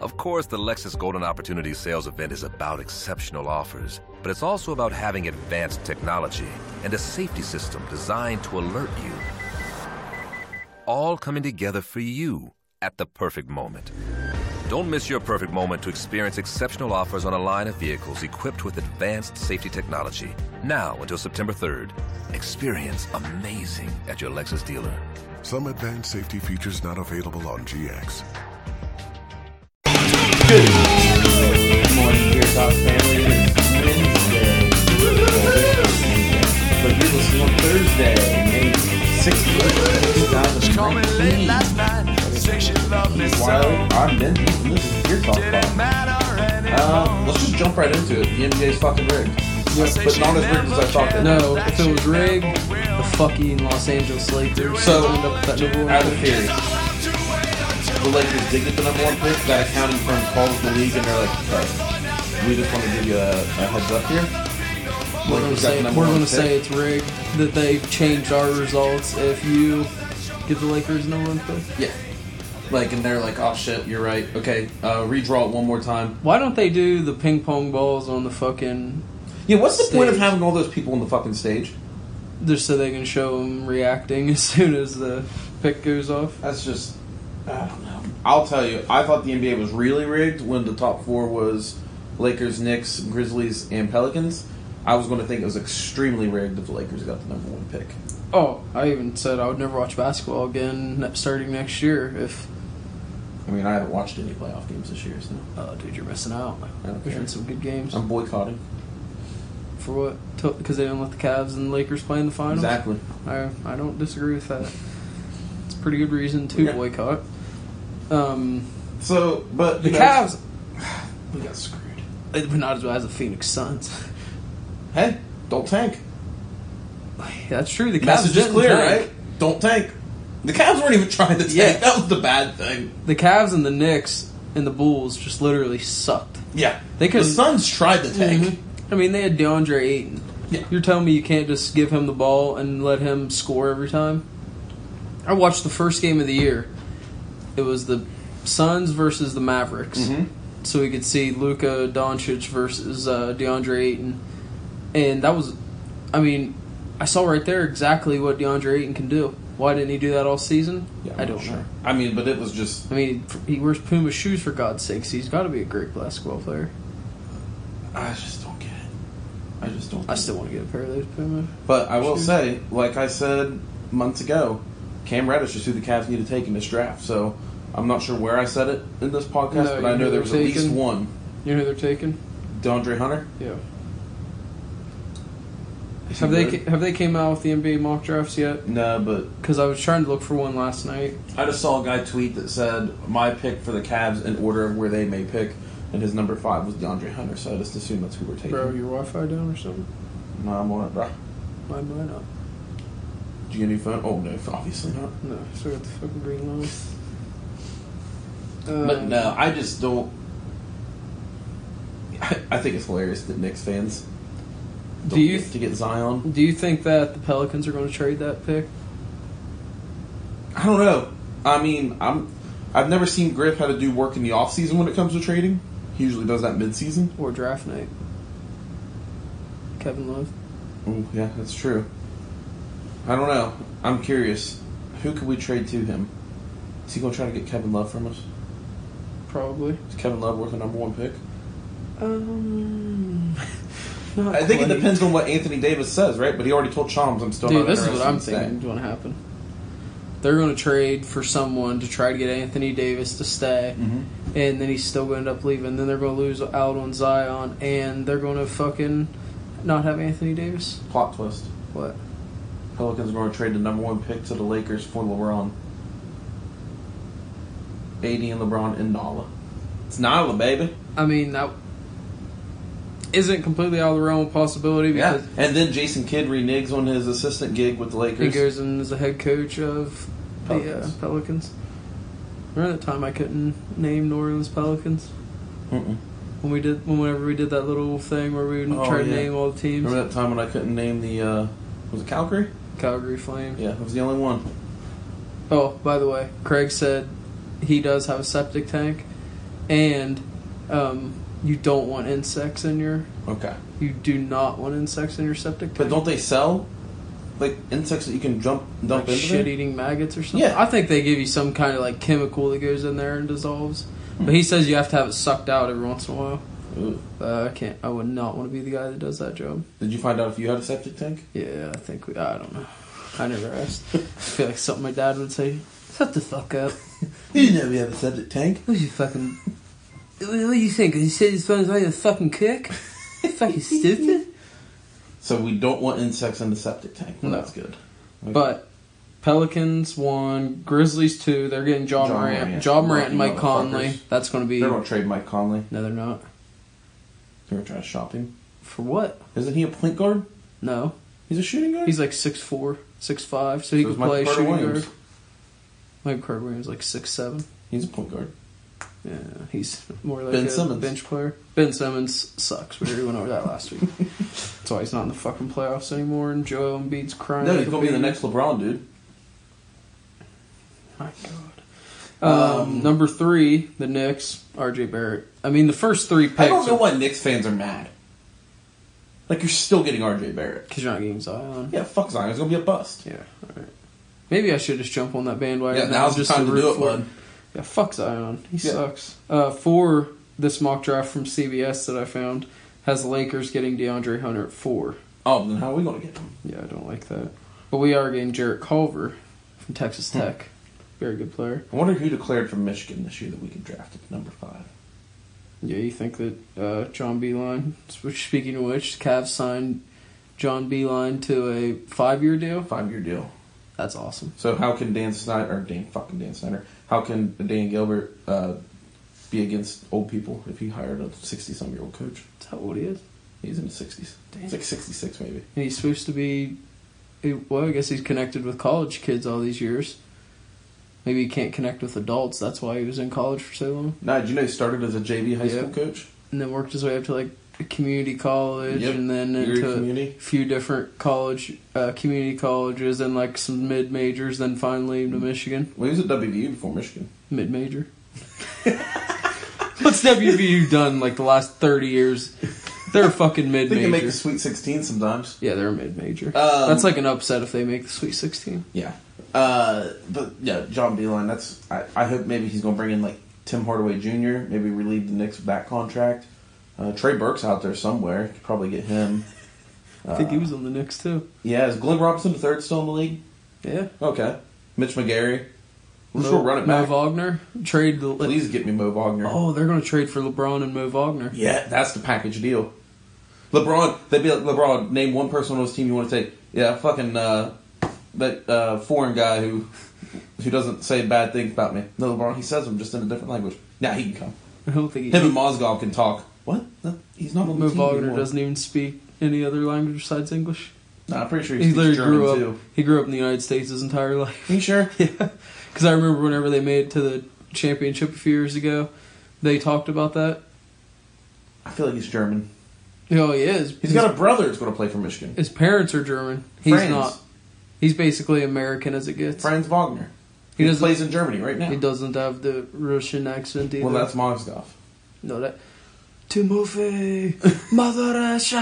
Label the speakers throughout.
Speaker 1: Of course, the Lexus Golden Opportunity Sales event is about exceptional offers, but it's also about having advanced technology and a safety system designed to alert you. All coming together for you at the perfect moment. Don't miss your perfect moment to experience exceptional offers on a line of vehicles equipped with advanced safety technology. Now until September 3rd. Experience amazing at your Lexus dealer.
Speaker 2: Some advanced safety features not available on GX.
Speaker 3: Good morning, Beer Talk family. It is Wednesday. Well, this is Wednesday. But you're listening on Thursday, May 16th, 2019. Wiley, I'm Ben Heath, and this is Beer Talk Pod. Uh, let's just jump right into it. The MJ's fucking rigged. But not as rigged as I thought that.
Speaker 4: No, if it was rigged, the fucking Los Angeles Lakers
Speaker 3: So-
Speaker 4: would end up with that number
Speaker 3: Out
Speaker 4: one
Speaker 3: of
Speaker 4: pick.
Speaker 3: theory. The Lakers did get the number one pick. That accounting firm calls the league and they're like, "Hey, we just want to give you a, a heads up here.
Speaker 4: We're gonna
Speaker 3: Lakers got the
Speaker 4: say
Speaker 3: number
Speaker 4: we're
Speaker 3: one
Speaker 4: gonna
Speaker 3: pick.
Speaker 4: say it's rigged that they've changed our results if you give the Lakers number one pick.
Speaker 3: Yeah. Like, and they're like, oh shit, you're right. Okay, uh, redraw it one more time.
Speaker 4: Why don't they do the ping pong balls on the fucking
Speaker 3: Yeah, what's the point of
Speaker 4: Stage.
Speaker 3: having all those people on the fucking stage?
Speaker 4: just so they can show them reacting as soon as the pick goes off?
Speaker 3: That's just, I don't know. I'll tell you, I thought the NBA was really rigged when the top four was Lakers, Knicks, Grizzlies, and Pelicans. I was going to think it was extremely rigged if the Lakers got the number one pick.
Speaker 4: Oh, I even said I would never watch basketball again ne- starting next year if.
Speaker 3: I mean, I haven't watched any playoff games this year, so
Speaker 4: Oh, dude, you're missing out.
Speaker 3: don't
Speaker 4: There's
Speaker 3: care.
Speaker 4: been some good games.
Speaker 3: I'm boycotting.
Speaker 4: For what? Because they didn't let the Cavs and Lakers play in the finals?
Speaker 3: Exactly.
Speaker 4: I, I don't disagree with that. It's a pretty good reason to
Speaker 3: Yeah.
Speaker 4: boycott. Um,
Speaker 3: So, but
Speaker 4: the
Speaker 3: you know,
Speaker 4: Cavs,
Speaker 3: we got screwed.
Speaker 4: eh, but not as bad as the Phoenix Suns.
Speaker 3: Hey, don't tank.
Speaker 4: That's true. The Cavs
Speaker 3: Message is
Speaker 4: didn't
Speaker 3: clear,
Speaker 4: tank.
Speaker 3: right? Don't tank. The Cavs weren't even trying to tank.
Speaker 4: Yeah.
Speaker 3: That was the bad thing.
Speaker 4: The Cavs and the Knicks and the Bulls just literally sucked.
Speaker 3: Yeah.
Speaker 4: They
Speaker 3: The
Speaker 4: couldn't-
Speaker 3: Suns tried to tank.
Speaker 4: Mm-hmm. I mean, they had DeAndre Ayton.
Speaker 3: Yeah.
Speaker 4: You're telling me you can't just give him the ball and let him score every time? I watched the first game of the year. It was the Suns versus the Mavericks.
Speaker 3: Mm-hmm.
Speaker 4: So we could see Luka Doncic versus uh, DeAndre Ayton. And that was, I mean, I saw right there exactly what DeAndre Ayton can do. Why didn't he do that all season? I don't know.
Speaker 3: I mean, but it was just.
Speaker 4: I mean, he wears Puma shoes for God's sakes. He's got to be a great basketball player.
Speaker 3: I just don't get it. I just don't.
Speaker 4: I still want to get a pair of those Puma.
Speaker 3: But I will say, like I said months ago, Cam Reddish is who the Cavs need to take in this draft. So I'm not sure where I said it in this podcast,
Speaker 4: No,
Speaker 3: but I
Speaker 4: you
Speaker 3: know
Speaker 4: were
Speaker 3: there was at least
Speaker 4: taken.
Speaker 3: one.
Speaker 4: You know who they're taking?
Speaker 3: DeAndre Hunter.
Speaker 4: Yeah.
Speaker 3: Is he
Speaker 4: Have they
Speaker 3: good?
Speaker 4: ca- have they came out with the NBA mock drafts yet?
Speaker 3: No, but
Speaker 4: Because I was trying to look for one last night.
Speaker 3: I just saw a guy tweet that said my pick for the Cavs in order of where they may pick, and his number five was DeAndre Hunter. So I just assume that's who we're taking.
Speaker 4: Bro, your Wi-Fi down or something?
Speaker 3: No, I'm on it, bro.
Speaker 4: Mine, mine up.
Speaker 3: Did you get a new phone? Oh no, obviously not.
Speaker 4: No, I still got the fucking green line. Um,
Speaker 3: But no, I just don't. I, I think it's hilarious that Knicks fans don't
Speaker 4: Do you
Speaker 3: get to get Zion.
Speaker 4: do you think that the Pelicans are going to trade that pick?
Speaker 3: I don't know. I mean, I'm. I've never seen Griff how to do work in the off season when it comes to trading. He usually does that mid season.
Speaker 4: or draft night. Kevin Love.
Speaker 3: Oh yeah, that's true. I don't know. I'm curious. Who could we trade to him? Is he gonna try to get Kevin Love from us?
Speaker 4: Probably.
Speaker 3: Is Kevin Love worth a number one pick?
Speaker 4: Um, not
Speaker 3: I think it
Speaker 4: quite.
Speaker 3: depends on what Anthony Davis says, right? But he already told Chalmers I'm still
Speaker 4: Dude,
Speaker 3: not
Speaker 4: this is
Speaker 3: interested
Speaker 4: what I'm
Speaker 3: in staying."
Speaker 4: thinking is going to happen. They're going to trade for someone to try to get Anthony Davis to stay,
Speaker 3: Mm. Mm-hmm.
Speaker 4: and then he's still going to end up leaving. Then they're going to lose out on Zion, and they're going to fucking not have Anthony Davis.
Speaker 3: Plot twist.
Speaker 4: What?
Speaker 3: Pelicans are going to trade the number one pick to the Lakers for LeBron. AD and LeBron and Nala. It's Nala, baby.
Speaker 4: I mean, that isn't completely out of the realm of possibility because
Speaker 3: And then Jason Kidd reneges on his assistant gig with the Lakers.
Speaker 4: he goes in as a head coach of the uh,
Speaker 3: Pelicans.
Speaker 4: Pelicans. Remember that time I couldn't name New Orleans Pelicans
Speaker 3: Mm-mm.
Speaker 4: when we did, whenever we did that little thing where we would
Speaker 3: Oh,
Speaker 4: try to
Speaker 3: yeah.
Speaker 4: name all the teams.
Speaker 3: Remember that time when I couldn't name the, uh, was it Calgary?
Speaker 4: Calgary Flame.
Speaker 3: Yeah, it was the only one.
Speaker 4: Oh, by the way, Craig said he does have a septic tank, and um, you don't want insects in your.
Speaker 3: Okay.
Speaker 4: You do not want insects in your septic tank.
Speaker 3: But don't they sell like insects that you can jump dump
Speaker 4: like
Speaker 3: into? there?
Speaker 4: shit-eating maggots or something.
Speaker 3: Yeah.
Speaker 4: I think they give you some kind of like chemical that goes in there and dissolves. But he says you have to have it sucked out every once in a while.
Speaker 3: Ooh.
Speaker 4: Uh, I can't. I would not want to be the guy that does that job.
Speaker 3: Did you find out if you had a septic tank?
Speaker 4: Yeah, I think we. I don't know. I never asked. I feel like something my dad would say. Shut the fuck up.
Speaker 3: You know we have a septic tank.
Speaker 4: What you fucking? What do you think? You said this phone's like a fucking kick? fucking stupid.
Speaker 3: So we don't want insects in the septic tank. Well,
Speaker 4: No.
Speaker 3: That's good.
Speaker 4: But Pelicans won. Grizzlies two. They're getting John,
Speaker 3: John
Speaker 4: Morant.
Speaker 3: Morant.
Speaker 4: John Morant and
Speaker 3: Lucky
Speaker 4: Mike Conley.
Speaker 3: motherfuckers.
Speaker 4: That's going to be.
Speaker 3: They're gonna trade Mike Conley.
Speaker 4: No, they're not.
Speaker 3: They were trying to shop him.
Speaker 4: For what?
Speaker 3: Isn't he a point guard?
Speaker 4: No,
Speaker 3: He's a shooting guard.
Speaker 4: he's like six four, six five, so he
Speaker 3: So is
Speaker 4: could
Speaker 3: Michael
Speaker 4: play
Speaker 3: Carter
Speaker 4: shooting
Speaker 3: Williams.
Speaker 4: guard. Michael Carter Williams like six seven.
Speaker 3: He's a point guard.
Speaker 4: Yeah, he's more like
Speaker 3: Ben
Speaker 4: a
Speaker 3: Simmons.
Speaker 4: bench player. Ben Simmons sucks. We already went over that last week. That's why he's not in the fucking playoffs anymore. And Joe Embiid's crying.
Speaker 3: No,
Speaker 4: like
Speaker 3: he's
Speaker 4: a
Speaker 3: gonna be the
Speaker 4: baby.
Speaker 3: next LeBron dude.
Speaker 4: My God. Um, number three, the Knicks. R.J. Barrett. I mean, the first three picks.
Speaker 3: I don't know why Knicks fans are mad. Like you're still getting RJ Barrett.
Speaker 4: Because you're not getting Zion.
Speaker 3: Yeah, fuck Zion. It's gonna be a bust.
Speaker 4: Yeah. All right. Maybe I should just jump on that bandwagon.
Speaker 3: Yeah, now's the
Speaker 4: just
Speaker 3: time to
Speaker 4: root
Speaker 3: do it,
Speaker 4: for
Speaker 3: bud.
Speaker 4: him. Yeah, fuck Zion. He
Speaker 3: Yeah.
Speaker 4: sucks. Uh, for this mock draft from CBS that I found, has the Lakers getting DeAndre Hunter at four.
Speaker 3: Oh, then how are we gonna get him?
Speaker 4: Yeah, I don't like that. But we are getting Jarrett Culver from Texas
Speaker 3: Hmm.
Speaker 4: Tech. Very good player.
Speaker 3: I wonder who declared from Michigan this year that we could draft at number five.
Speaker 4: Yeah, you think that uh, John Beeline, which speaking of which, Cavs signed John Beeline to a five year deal?
Speaker 3: Five year deal.
Speaker 4: That's awesome.
Speaker 3: So how can Dan Snyder or Dan fucking Dan Snyder? How can Dan Gilbert uh, be against old people if he hired a sixty some year old coach?
Speaker 4: Is that what he is?
Speaker 3: He's in his sixties. It's like sixty six maybe.
Speaker 4: And he's supposed to be. he- Well, I guess he's connected with college kids all these years. Maybe he can't connect with adults. That's why he was in college for so long.
Speaker 3: Nah, did you know he started as a JV high
Speaker 4: Yeah.
Speaker 3: school coach?
Speaker 4: And then worked his way up to like a community college
Speaker 3: Yep.
Speaker 4: and then
Speaker 3: Erie
Speaker 4: into
Speaker 3: Community.
Speaker 4: a few different college, uh, community colleges and like some mid majors, then finally
Speaker 3: Mm-hmm.
Speaker 4: to Michigan.
Speaker 3: Well, he was at WVU before Michigan.
Speaker 4: Mid major. What's WVU done like the last 30 years? They're a fucking
Speaker 3: I
Speaker 4: mid
Speaker 3: think they make
Speaker 4: major.
Speaker 3: the Sweet Sixteen sometimes.
Speaker 4: yeah, they're a mid major.
Speaker 3: Um,
Speaker 4: That's like an upset if they make the Sweet 16.
Speaker 3: Yeah. Uh, but yeah, John Beeline. That's I, I hope maybe he's gonna bring in like Tim Hardaway Jr. Maybe relieve the Knicks of that contract. Uh, Trey Burke's out there somewhere. Could probably get him.
Speaker 4: I think he
Speaker 3: uh,
Speaker 4: was on the Knicks too.
Speaker 3: Yeah, is Glenn Robinson the third still in the league?
Speaker 4: Yeah.
Speaker 3: Okay. Mitch McGarry. We're just gonna run it
Speaker 4: Mo
Speaker 3: back.
Speaker 4: Wagner trade the.
Speaker 3: Please get me Mo Wagner.
Speaker 4: Oh, they're going to trade for LeBron and Mo Wagner.
Speaker 3: Yeah, that's the package deal. LeBron, they'd be like LeBron. Name one person on his team you want to take. Yeah, fucking uh, that uh, foreign guy who who doesn't say bad things about me. No, LeBron, he says them just in a different language. Now he can come.
Speaker 4: I don't think he.
Speaker 3: Him and Mozgov can talk. What? No, he's not on the
Speaker 4: Mo
Speaker 3: team
Speaker 4: Wagner
Speaker 3: anymore.
Speaker 4: doesn't even speak any other language besides English.
Speaker 3: No, I'm pretty sure
Speaker 4: He
Speaker 3: he's
Speaker 4: literally
Speaker 3: German
Speaker 4: grew up.
Speaker 3: too.
Speaker 4: He grew up in the United States his entire life.
Speaker 3: Are you sure?
Speaker 4: yeah, because I remember whenever they made it to the championship a few years ago, they talked about that.
Speaker 3: I feel like he's German.
Speaker 4: Oh, he is.
Speaker 3: He's got a brother that's going to play for Michigan.
Speaker 4: His parents are German. He's
Speaker 3: Franz.
Speaker 4: not. He's basically American as it gets.
Speaker 3: Franz Wagner.
Speaker 4: He
Speaker 3: He,
Speaker 4: doesn't-
Speaker 3: plays in Germany right now.
Speaker 4: He doesn't have the Russian accent either.
Speaker 3: Well, that's Mozgov.
Speaker 4: No, that. Timothy, Mother Russia.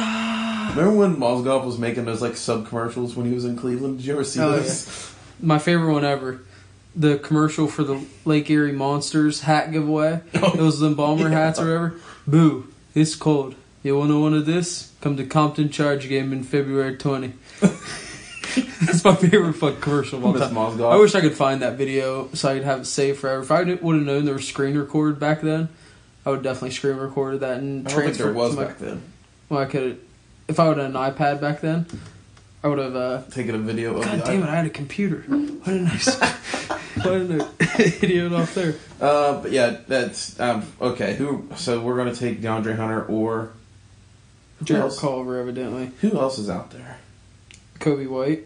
Speaker 3: Remember when Mozgov was making those like sub commercials when he was in Cleveland? Did you ever see
Speaker 4: Oh,
Speaker 3: those?
Speaker 4: My favorite one ever. The commercial for the Lake Erie Monsters hat giveaway.
Speaker 3: Oh,
Speaker 4: it was the bomber
Speaker 3: yeah.
Speaker 4: hats or whatever. Boo, it's cold. You want to one of this? Come to Compton Charge game in February 20. That's my favorite fuck commercial of all
Speaker 3: Miss
Speaker 4: time.
Speaker 3: Mozgov.
Speaker 4: I wish I could find that video so I could have it saved forever. If I would have known there was screen record back then, I would definitely screen recorded that and
Speaker 3: I don't think
Speaker 4: transfer
Speaker 3: there
Speaker 4: it
Speaker 3: was
Speaker 4: to my
Speaker 3: back then.
Speaker 4: Well, I could, if I would have an iPad back then, I would have. Uh,
Speaker 3: Taking a video of
Speaker 4: God
Speaker 3: the
Speaker 4: damn it! I had a computer. Why didn't I? s- why didn't I idiot off there?
Speaker 3: Uh, but yeah, that's um, okay. Who? So we're gonna take DeAndre Hunter or who
Speaker 4: Jared
Speaker 3: else?
Speaker 4: Culver, evidently.
Speaker 3: Who else is out there?
Speaker 4: Kobe White,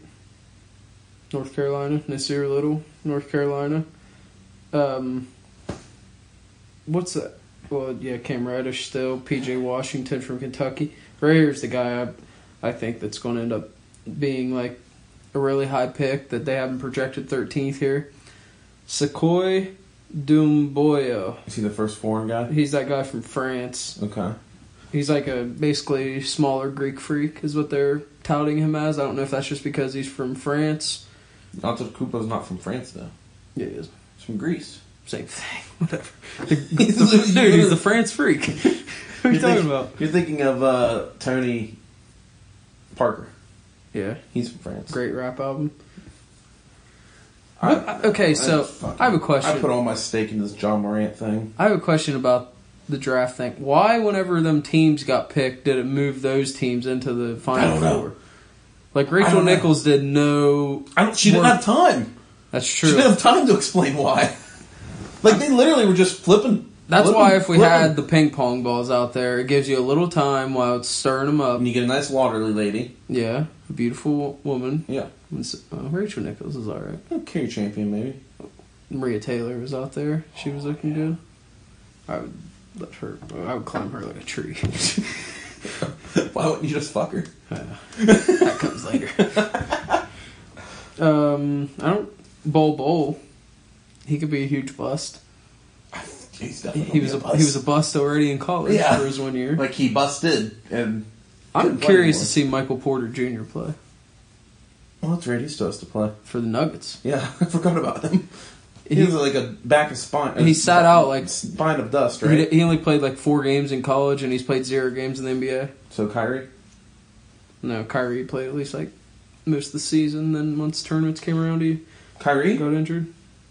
Speaker 4: North Carolina. Nasir Little, North Carolina. Um, what's that? Well, yeah, Cam Reddish still. P.J. Washington from Kentucky. Rayer's the guy I, I think that's going to end up being like a really high pick that they haven't projected 13th here. Sequoy Dumboyo.
Speaker 3: Is he the first foreign guy?
Speaker 4: He's that guy from France.
Speaker 3: Okay.
Speaker 4: He's like a basically smaller Greek freak, is what they're touting him as. I don't know if that's just because he's from France.
Speaker 3: Anto Kupo's not from France though.
Speaker 4: Yeah, he is.
Speaker 3: He's from Greece.
Speaker 4: Same thing. Whatever. The, the- dude, he's the France freak. what are you
Speaker 3: You're
Speaker 4: talking
Speaker 3: thinking-
Speaker 4: about?
Speaker 3: You're thinking of uh, Tony Parker.
Speaker 4: Yeah,
Speaker 3: He's from France.
Speaker 4: great rap album.
Speaker 3: I-
Speaker 4: What- I- okay, so
Speaker 3: fucking-
Speaker 4: I have a question.
Speaker 3: I put all my stake in this John Morant thing.
Speaker 4: I have a question about the draft thing. Why, whenever them teams got picked, did it move those teams into the final
Speaker 3: I don't know.
Speaker 4: four? Like
Speaker 3: I
Speaker 4: Rachel
Speaker 3: don't know.
Speaker 4: Nichols did no.
Speaker 3: I don't, she didn't
Speaker 4: work-
Speaker 3: have time.
Speaker 4: That's
Speaker 3: She didn't
Speaker 4: true.
Speaker 3: have time to explain why. Like they literally were just flipping.
Speaker 4: That's
Speaker 3: flipping-
Speaker 4: why if we
Speaker 3: flipping.
Speaker 4: had the ping pong balls out there, it gives you a little time while it's stirring them up.
Speaker 3: and you get a nice laundry lady.
Speaker 4: Yeah, a beautiful woman.
Speaker 3: Yeah,
Speaker 4: It's- uh, Rachel Nichols is all right.
Speaker 3: carry champion maybe.
Speaker 4: Maria Taylor was out there. She was looking good. I would let her. I would climb her like a tree.
Speaker 3: Why wouldn't you just fuck her?
Speaker 4: that comes later. um, I don't. Bol Bol. He could be a huge bust.
Speaker 3: He's
Speaker 4: He,
Speaker 3: definitely
Speaker 4: he was a,
Speaker 3: bust.
Speaker 4: he was a bust already in college
Speaker 3: Yeah.
Speaker 4: for his one year.
Speaker 3: like he busted and.
Speaker 4: I'm
Speaker 3: couldn't play
Speaker 4: curious to
Speaker 3: anymore.
Speaker 4: see Michael Porter Jr. play
Speaker 3: Well, that's right. He's supposed to play.
Speaker 4: for the Nuggets.
Speaker 3: Yeah, I forgot about him. He,
Speaker 4: He-
Speaker 3: was like a back of spine.
Speaker 4: He sat out, like-
Speaker 3: spine of dust,
Speaker 4: He
Speaker 3: right?
Speaker 4: di- He, only played like four games in college, and he's played zero games in the NBA.
Speaker 3: so Kyrie.
Speaker 4: No, Kyrie played at least like most of the season. Then once tournaments came around, he
Speaker 3: Kyrie?
Speaker 4: got injured.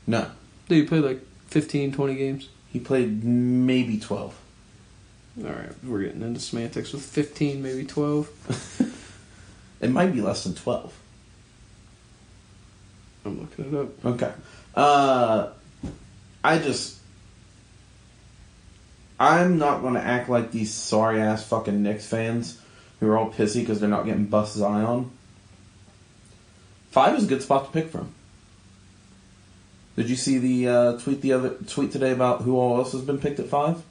Speaker 3: No,
Speaker 4: Dude, he played like 15, 20 games.
Speaker 3: he played maybe twelve.
Speaker 4: All right, we're getting into semantics with 15, maybe 12.
Speaker 3: It might be less than twelve.
Speaker 4: I'm looking it up.
Speaker 3: Okay. Uh, I just. I'm not going to act like these sorry ass fucking Knicks fans who are all pissy because they're not getting bust Zion. Five is a good spot to pick from. Did you see the uh, tweet the other tweet today about who all else has been picked at 5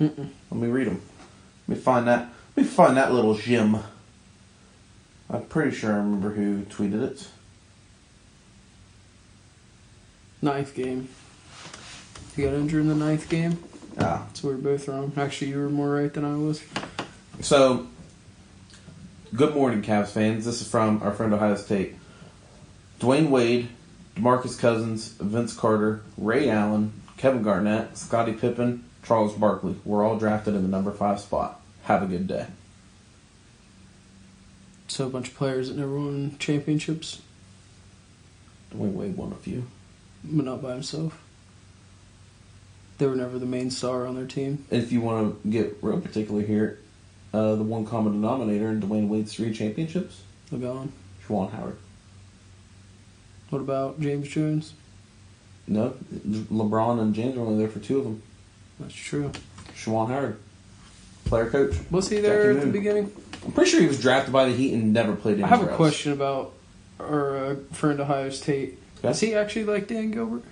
Speaker 3: Let me read them. Let me find that. Let me find that little gem. I'm pretty sure I remember who tweeted it.
Speaker 4: Ninth game. He got injured in the ninth game,
Speaker 3: Ah,
Speaker 4: so we were both wrong. Actually, you were more right than I was.
Speaker 3: So, good morning, Cavs fans. This is from our friend Ohio State. Dwayne Wade, Demarcus Cousins, Vince Carter, Ray Allen, Kevin Garnett, Scottie Pippen, Charles Barkley were all drafted in the number five spot. Have a good day.
Speaker 4: So a bunch of players that never won championships,
Speaker 3: Dwayne Wade won a few.
Speaker 4: but not by himself. They were never the main star on their team.
Speaker 3: If you want to get real particular here, uh, the one common denominator in Dwayne Wade's three championships,
Speaker 4: They're gone.
Speaker 3: Juwan Howard.
Speaker 4: What about James Jones?
Speaker 3: No, LeBron and James were only there for two of them.
Speaker 4: That's true.
Speaker 3: Juwan Howard, player coach.
Speaker 4: Was he there
Speaker 3: Jackie
Speaker 4: at the
Speaker 3: Moon.
Speaker 4: beginning?
Speaker 3: I'm pretty sure he was drafted by the Heat and never played.
Speaker 4: I have
Speaker 3: anywhere
Speaker 4: a
Speaker 3: else.
Speaker 4: question about our uh, friend Ohio State.
Speaker 3: Okay.
Speaker 4: Is he actually like Dan Gilbert?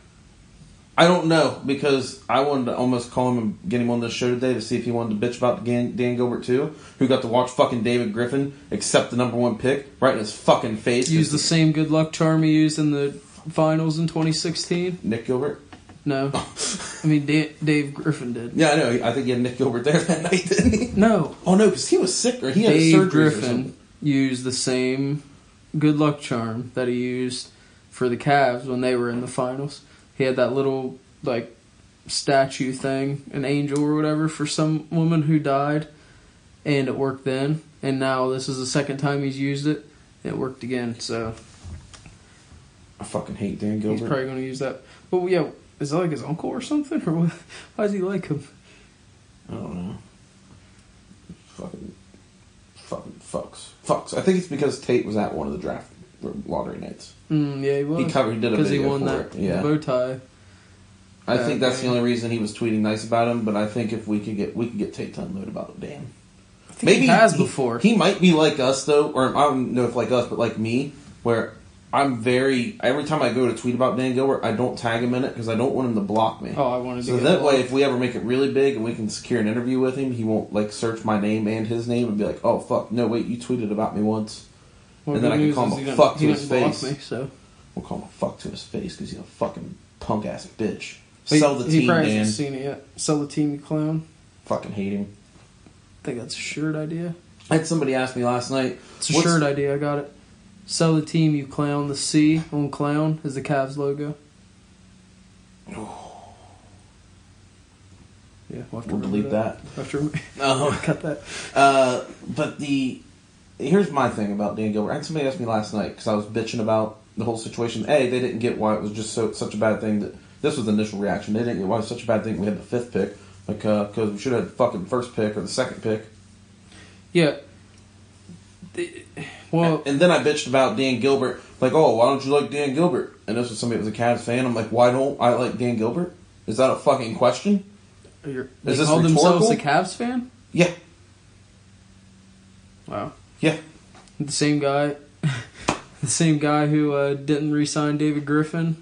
Speaker 3: I don't know because I wanted to almost call him and get him on the show today to see if he wanted to bitch about Dan, Dan Gilbert too, who got to watch fucking David Griffin accept the number one pick right in his fucking face.
Speaker 4: Used the same good luck charm he used in the finals in 2016?
Speaker 3: Nick Gilbert.
Speaker 4: No. I mean, Da- Dave Griffin did.
Speaker 3: Yeah, I know. I think he had Nick Gilbert there that night, didn't he?
Speaker 4: No.
Speaker 3: Oh no, because he was sick or he had a
Speaker 4: Dave
Speaker 3: surgery or
Speaker 4: Griffin
Speaker 3: something.
Speaker 4: used the same good luck charm that he used for the Cavs when they were in the finals. He had that little, like, statue thing, an angel or whatever, for some woman who died, and it worked then. And now this is the second time he's used it. It worked again, so
Speaker 3: I fucking hate Dan Gilbert.
Speaker 4: he's probably going to use that. But yeah, is that like his uncle or something, or what? Why does he like him?
Speaker 3: I don't know. Fucking, fucking fucks, fucks. I think it's because Tate was at one of the draft lottery nights.
Speaker 4: Mm, yeah, he was.
Speaker 3: covered- he did a
Speaker 4: because he
Speaker 3: video
Speaker 4: won
Speaker 3: for
Speaker 4: that uh,
Speaker 3: it, yeah.
Speaker 4: the bow tie.
Speaker 3: I
Speaker 4: Yeah,
Speaker 3: think that's the
Speaker 4: okay.
Speaker 3: only reason he was tweeting nice about him. But I think if we could get we could get Tate to unload about Dan.
Speaker 4: Maybe he has before.
Speaker 3: He might be like us though, or I don't know if like us, but like me, where I'm very every time I go to tweet about Dan Gilbert, I don't tag him in it because I don't want him to block me.
Speaker 4: Oh, I wanted to
Speaker 3: So
Speaker 4: get
Speaker 3: that way,
Speaker 4: blocked.
Speaker 3: if we ever make it really big and we can secure an interview with him, he won't like search my name and his name and be like, "Oh fuck, no wait, you tweeted about me once."
Speaker 4: Well,
Speaker 3: and then
Speaker 4: good
Speaker 3: I can
Speaker 4: news
Speaker 3: call him
Speaker 4: is
Speaker 3: a
Speaker 4: he didn't-
Speaker 3: fuck
Speaker 4: he
Speaker 3: to his
Speaker 4: didn't block
Speaker 3: face.
Speaker 4: Me, so
Speaker 3: We'll call him a fuck to his face because he's a fucking punk ass bitch.
Speaker 4: He-
Speaker 3: Sell the
Speaker 4: he
Speaker 3: team,
Speaker 4: probably
Speaker 3: man.
Speaker 4: hasn't seen it yet. Sell the team, you clown.
Speaker 3: Fucking hate him.
Speaker 4: I think that's a shirt idea.
Speaker 3: I had somebody ask me last night.
Speaker 4: It's a
Speaker 3: what's-
Speaker 4: shirt idea. I got it. Sell the team, you clown. The C on clown is the Cavs logo. Yeah, we'll have to
Speaker 3: We'll
Speaker 4: remember
Speaker 3: delete
Speaker 4: We'll have to rem-
Speaker 3: Uh,
Speaker 4: cut that.
Speaker 3: Uh, but the here's my thing about Dan Gilbert. I had somebody asked me last night because I was bitching about the whole situation. A, they didn't get why it was just so such a bad thing that this was the initial reaction. They didn't get why it was such a bad thing. We had the fifth pick because we should have had the fucking first pick or the second pick.
Speaker 4: Yeah. The- Well,
Speaker 3: And then I bitched about Dan Gilbert, like, oh, why don't you like Dan Gilbert? And this was somebody that was a Cavs fan. I'm like, why don't I like Dan Gilbert? Is that a fucking question?
Speaker 4: you're, they
Speaker 3: is this
Speaker 4: call themselves the
Speaker 3: rhetorical?
Speaker 4: Cavs fan.
Speaker 3: Yeah,
Speaker 4: Wow,
Speaker 3: yeah.
Speaker 4: the same guy, the same guy who uh, didn't re-sign David Griffin.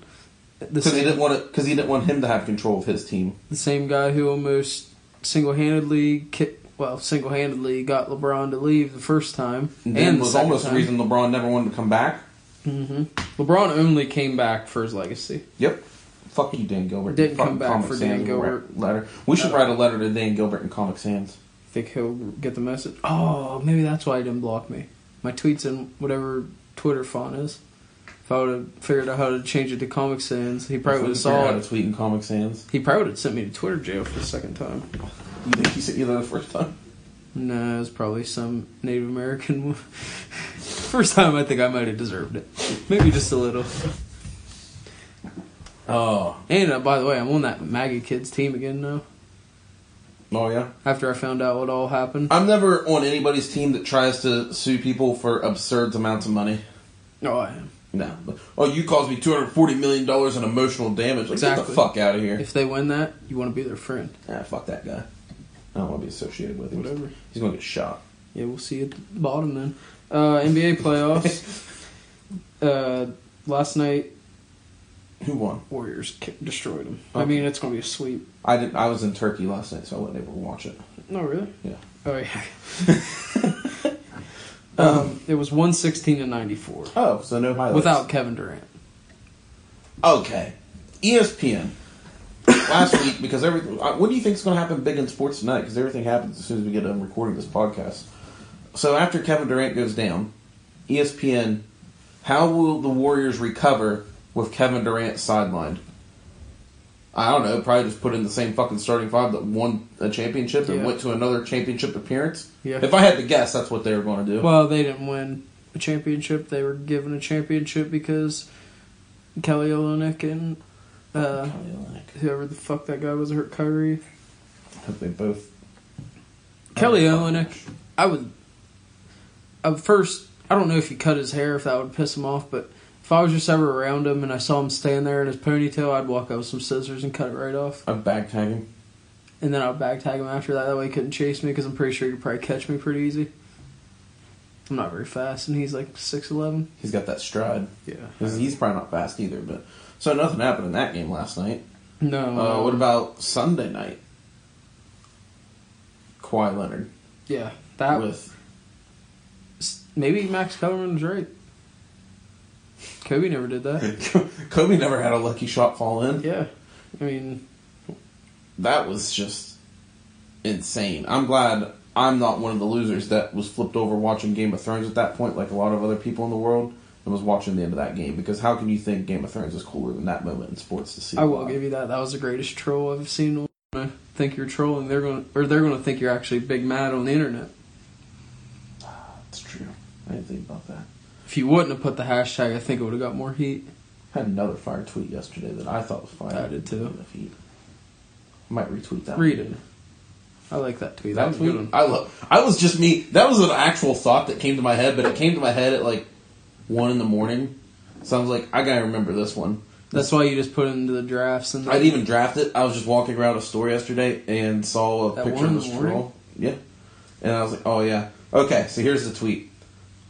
Speaker 4: The
Speaker 3: Because he
Speaker 4: same,
Speaker 3: didn't want to. Because he didn't want him to have control of his team.
Speaker 4: the same guy who almost single-handedly, ki- well, single-handedly got LeBron to leave the first time,
Speaker 3: And,
Speaker 4: and,
Speaker 3: then
Speaker 4: the
Speaker 3: was
Speaker 4: second
Speaker 3: almost the
Speaker 4: time.
Speaker 3: reason LeBron never wanted to come back.
Speaker 4: hmm LeBron only came back for his legacy.
Speaker 3: Yep. Fuck you, Dan Gilbert.
Speaker 4: Didn't
Speaker 3: Fucking
Speaker 4: come back
Speaker 3: Comic
Speaker 4: for
Speaker 3: Sans
Speaker 4: Dan Gilbert. Uh,
Speaker 3: ra- Letter. We should
Speaker 4: No.
Speaker 3: write a letter to Dan Gilbert and Comic Sans.
Speaker 4: Think he'll get the message? Oh, maybe that's why he didn't block me. My tweets in whatever Twitter font is. If I would have figured out how to change it to Comic Sans, he probably would have
Speaker 3: Figure out
Speaker 4: saw
Speaker 3: how to
Speaker 4: it.
Speaker 3: tweet in Comic Sans.
Speaker 4: He probably would have sent me to Twitter jail for the second time.
Speaker 3: You think he sent you there the first time?
Speaker 4: Nah, it was probably some Native American. wo- First time, I think I might have deserved it. Maybe just a little.
Speaker 3: Oh.
Speaker 4: And uh, by the way, I'm on that Maggie Kids team again now.
Speaker 3: Oh yeah.
Speaker 4: After I found out what all happened.
Speaker 3: I'm never on anybody's team that tries to sue people for absurd amounts of money.
Speaker 4: No, I am.
Speaker 3: No. Oh, you caused me two hundred forty million dollars in emotional damage. Like, Get the
Speaker 4: Exactly.
Speaker 3: fuck out of here.
Speaker 4: If they win that, you want to be their friend.
Speaker 3: Ah, fuck that guy. I don't want to be associated with him.
Speaker 4: Whatever.
Speaker 3: He's gonna get shot.
Speaker 4: Yeah, we'll see you at the bottom then. Uh, NBA playoffs. uh, last night,
Speaker 3: Who won?
Speaker 4: Warriors ki- destroyed them. I
Speaker 3: Okay.
Speaker 4: mean, it's going to be a sweep.
Speaker 3: I did. I was in Turkey last night, so I wasn't able to watch it.
Speaker 4: No, really?
Speaker 3: Yeah.
Speaker 4: Oh, yeah. um, it was 116 to 94
Speaker 3: Oh, so no highlights.
Speaker 4: without Kevin Durant.
Speaker 3: Okay. E ESPN. Last week, because everything. uh, What do you think is going to happen big in sports tonight? Because everything happens as soon as we get done recording this podcast. So after Kevin Durant goes down, E ESPN, how will the Warriors recover with Kevin Durant sidelined? I don't know. Probably just put in the same fucking starting five that won a championship and
Speaker 4: Yeah.
Speaker 3: went to another championship appearance.
Speaker 4: Yeah.
Speaker 3: If I had to guess, that's what they were going to do.
Speaker 4: Well, they didn't win a championship. They were given a championship because Kelly Olynyk and uh,
Speaker 3: I
Speaker 4: whoever the fuck that guy was hurt Kyrie.
Speaker 3: hope they both.
Speaker 4: Kelly Olynyk, I would. At first, I don't know if he cut his hair, if that would piss him off, but if I was just ever around him and I saw him stand there in his ponytail, I'd walk up with some scissors and cut it right off.
Speaker 3: I'm bag tagging.
Speaker 4: And then I'd bag tag him after that. That way he couldn't chase me because I'm pretty sure he'd probably catch me pretty easy. I'm not very fast, and he's like 6'11.
Speaker 3: He's got that stride.
Speaker 4: Yeah.
Speaker 3: He's- He's probably not fast either, but so nothing happened in that game last night.
Speaker 4: No.
Speaker 3: Uh, what about Sunday night? Kawhi Leonard
Speaker 4: Yeah. That
Speaker 3: with
Speaker 4: was. Maybe Max Kellerman was right. Kobe never did that.
Speaker 3: Kobe never had a lucky shot fall in.
Speaker 4: yeah. I mean,
Speaker 3: That was just insane. I'm glad I'm not one of the losers that was flipped over watching Game of Thrones at that point, like a lot of other people in the world, and was watching the end of that game. Because how can you think Game of Thrones is cooler than that moment in sports to see?
Speaker 4: I will give you that. That was the greatest troll I've seen. They're gonna Think you're trolling? They're going, to or they're going to think you're actually big mad on the internet.
Speaker 3: That's true. I didn't think about that.
Speaker 4: If you wouldn't have put the hashtag, I think it would have got more heat.
Speaker 3: had another fire tweet yesterday that I thought was fire.
Speaker 4: I did too.
Speaker 3: If he- might retweet that.
Speaker 4: Read
Speaker 3: one.
Speaker 4: it. I like that tweet. That
Speaker 3: That
Speaker 4: was a good
Speaker 3: tweet.
Speaker 4: one.
Speaker 3: I love. I was just me. That was an actual thought that came to my head, but it came to my head at like one in the morning. So I was like, I gotta remember this one.
Speaker 4: That's why you just put it into the drafts and.
Speaker 3: I would even draft it. I was just walking around a store yesterday and saw a
Speaker 4: At
Speaker 3: picture
Speaker 4: one
Speaker 3: of
Speaker 4: in
Speaker 3: this
Speaker 4: the morning?
Speaker 3: troll. Yeah. And I was like, oh yeah. Okay, so here's the tweet.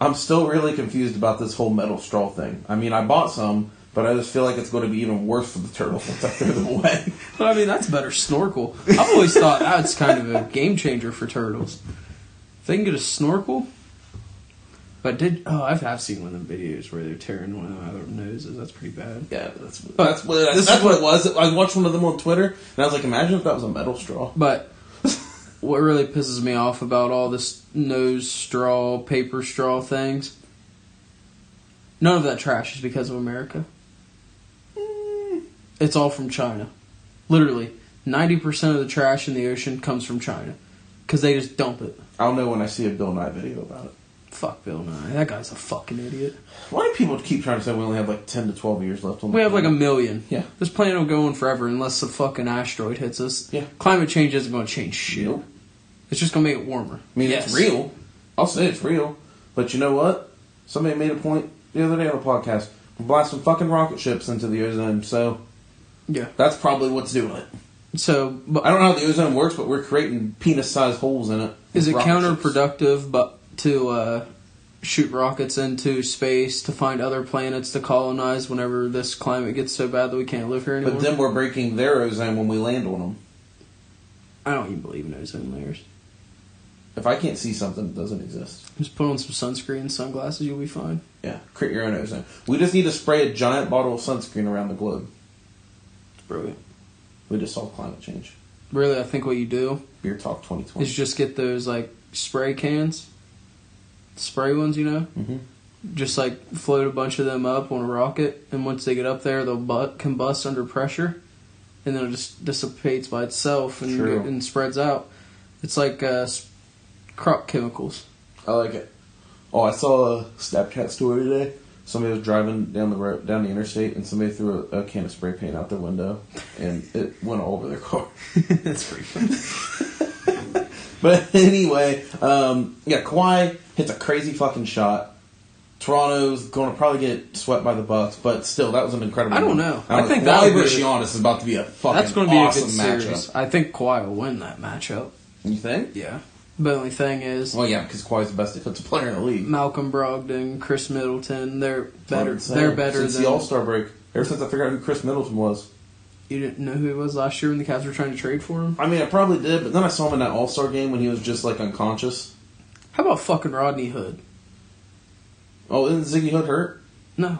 Speaker 3: I'm still really confused about this whole metal straw thing. I mean, I bought some, but I just feel like it's going to be even worse for the turtles if I throw them away.
Speaker 4: But I mean, that's better snorkel. I've always thought that's kind of a game changer for turtles. If they can get a snorkel, But did oh I've I've seen one of the videos where they're tearing one out of their noses. That's pretty bad.
Speaker 3: Yeah, that's Oh, that's what that's, that's what it was. I watched one of them on Twitter, and I was like, imagine if that was a metal straw.
Speaker 4: But what really pisses me off about all this nose straw, paper straw things, none of that trash is because of America. Mm. It's all from China. Literally, 90% of the trash in the ocean comes from China because they just dump it.
Speaker 3: I'll know when I see a Bill Nye video about it.
Speaker 4: Fuck Bill Nye. That guy's a fucking idiot.
Speaker 3: Why do people keep trying to say we only have like ten to twelve years left on? the
Speaker 4: We have like a
Speaker 3: planet?
Speaker 4: million.
Speaker 3: Yeah.
Speaker 4: This planet will go on forever unless the fucking asteroid hits us.
Speaker 3: Yeah.
Speaker 4: Climate change isn't going to change shit.
Speaker 3: Nope.
Speaker 4: It's just going to make it warmer.
Speaker 3: I mean,
Speaker 4: Yes.
Speaker 3: it's real. I'll say it's real, but you know what? Somebody made a point the other day on a podcast. We're blasting fucking rocket ships into the ozone, so
Speaker 4: Yeah.
Speaker 3: that's probably what's doing it.
Speaker 4: So, but
Speaker 3: I don't know how the ozone works, but we're creating penis-sized holes in it.
Speaker 4: is it
Speaker 3: with rocket ships.
Speaker 4: counterproductive but to uh, shoot rockets into space to find other planets to colonize whenever this climate gets so bad that we can't live here anymore?
Speaker 3: But then we're breaking their ozone when we land on them.
Speaker 4: I don't even believe in ozone layers.
Speaker 3: If I can't see something, it doesn't exist.
Speaker 4: Just put on some sunscreen and sunglasses, you'll be fine.
Speaker 3: Yeah, create your own ozone. We just need to spray a giant bottle of sunscreen around the globe.
Speaker 4: It's brilliant.
Speaker 3: We just solve climate change.
Speaker 4: Really, I think what you do
Speaker 3: Beer Talk 2020.
Speaker 4: is just get those like spray cans, spray ones, you know.
Speaker 3: Mhm.
Speaker 4: Just like float a bunch of them up on a rocket, and once they get up there, they'll bu- combust under pressure, and then it just dissipates by itself and
Speaker 3: True.
Speaker 4: and spreads out. It's like uh, s- crop chemicals.
Speaker 3: I like it. Oh, I saw a Snapchat story today. Somebody was driving down the road, down the interstate, and somebody threw a, a can of spray paint out their window, and it went all over their car.
Speaker 4: That's pretty funny.
Speaker 3: But anyway, um, yeah, Kawhi hits a crazy fucking shot. Toronto's going to probably get swept by the Bucks, but still, that was an incredible.
Speaker 4: I don't
Speaker 3: one.
Speaker 4: know.
Speaker 3: Um,
Speaker 4: I think
Speaker 3: Kawhi
Speaker 4: that'll be-
Speaker 3: versus Giannis is about to be a fucking
Speaker 4: That's going to be
Speaker 3: awesome
Speaker 4: a good
Speaker 3: matchup.
Speaker 4: series. I think Kawhi will win that matchup.
Speaker 3: You think?
Speaker 4: Yeah. The only thing is
Speaker 3: Well, yeah, because Kawhi's the best defensive player in the league.
Speaker 4: Malcolm Brogdon, Chris Middleton. They're better.
Speaker 3: That's what I'm
Speaker 4: They're
Speaker 3: saying.
Speaker 4: better
Speaker 3: since
Speaker 4: than
Speaker 3: the All Star break. Ever since I figured out who Chris Middleton was,
Speaker 4: You didn't know who he was last year when the Cavs were trying to trade for him?
Speaker 3: I mean, I probably did, but then I saw him in that All Star game when he was just like unconscious.
Speaker 4: How about fucking Rodney Hood?
Speaker 3: Oh, isn't Ziggy Hood hurt?
Speaker 4: No.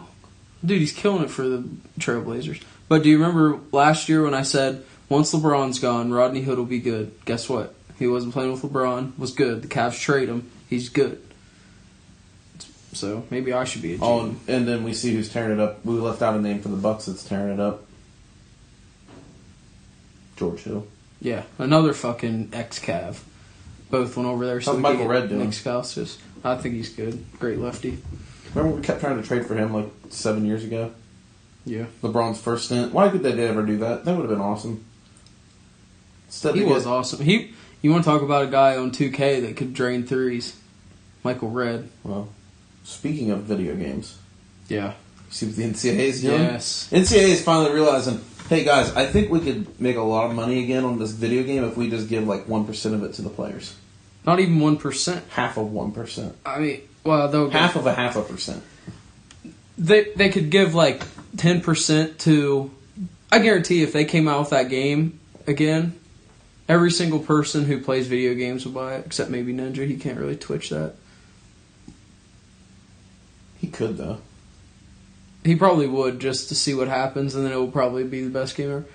Speaker 4: Dude, he's killing it for the Trailblazers. But do you remember last year when I said, once LeBron's gone, Rodney Hood will be good? Guess what? He wasn't playing with LeBron, was good. The Cavs trade him, he's good. So maybe I should be a GM.
Speaker 3: Oh, and, and then we see who's tearing it up. We left out a name for the Bucks that's tearing it up. George Hill.
Speaker 4: Yeah, another fucking ex Cav. Both went over there.
Speaker 3: How's
Speaker 4: we
Speaker 3: Michael
Speaker 4: could get
Speaker 3: Red doing?
Speaker 4: Nick Stauskas. I think he's good. Great lefty.
Speaker 3: Remember we kept trying to trade for him like seven years ago.
Speaker 4: Yeah.
Speaker 3: LeBron's first stint. Why could they ever do that? That would have been awesome. Instead,
Speaker 4: He
Speaker 3: they
Speaker 4: was
Speaker 3: get-
Speaker 4: awesome. He, you want to talk about a guy on 2K that could drain threes? Michael Red.
Speaker 3: Well, speaking of video games,
Speaker 4: Yeah.
Speaker 3: you see what the NCAA is doing.
Speaker 4: Yes.
Speaker 3: NCAA is finally realizing, hey guys, I think we could make a lot of money again on this video game if we just give like one percent of it to the players.
Speaker 4: Not even one percent.
Speaker 3: Half of one percent.
Speaker 4: I mean, well, they'll
Speaker 3: Half of a half a percent.
Speaker 4: they they could give like ten percent to. I guarantee if they came out with that game again, every single person who plays video games would buy it, except maybe Ninja. He can't really twitch that.
Speaker 3: He could though.
Speaker 4: He probably would just to see what happens, and then it will probably be the best game ever.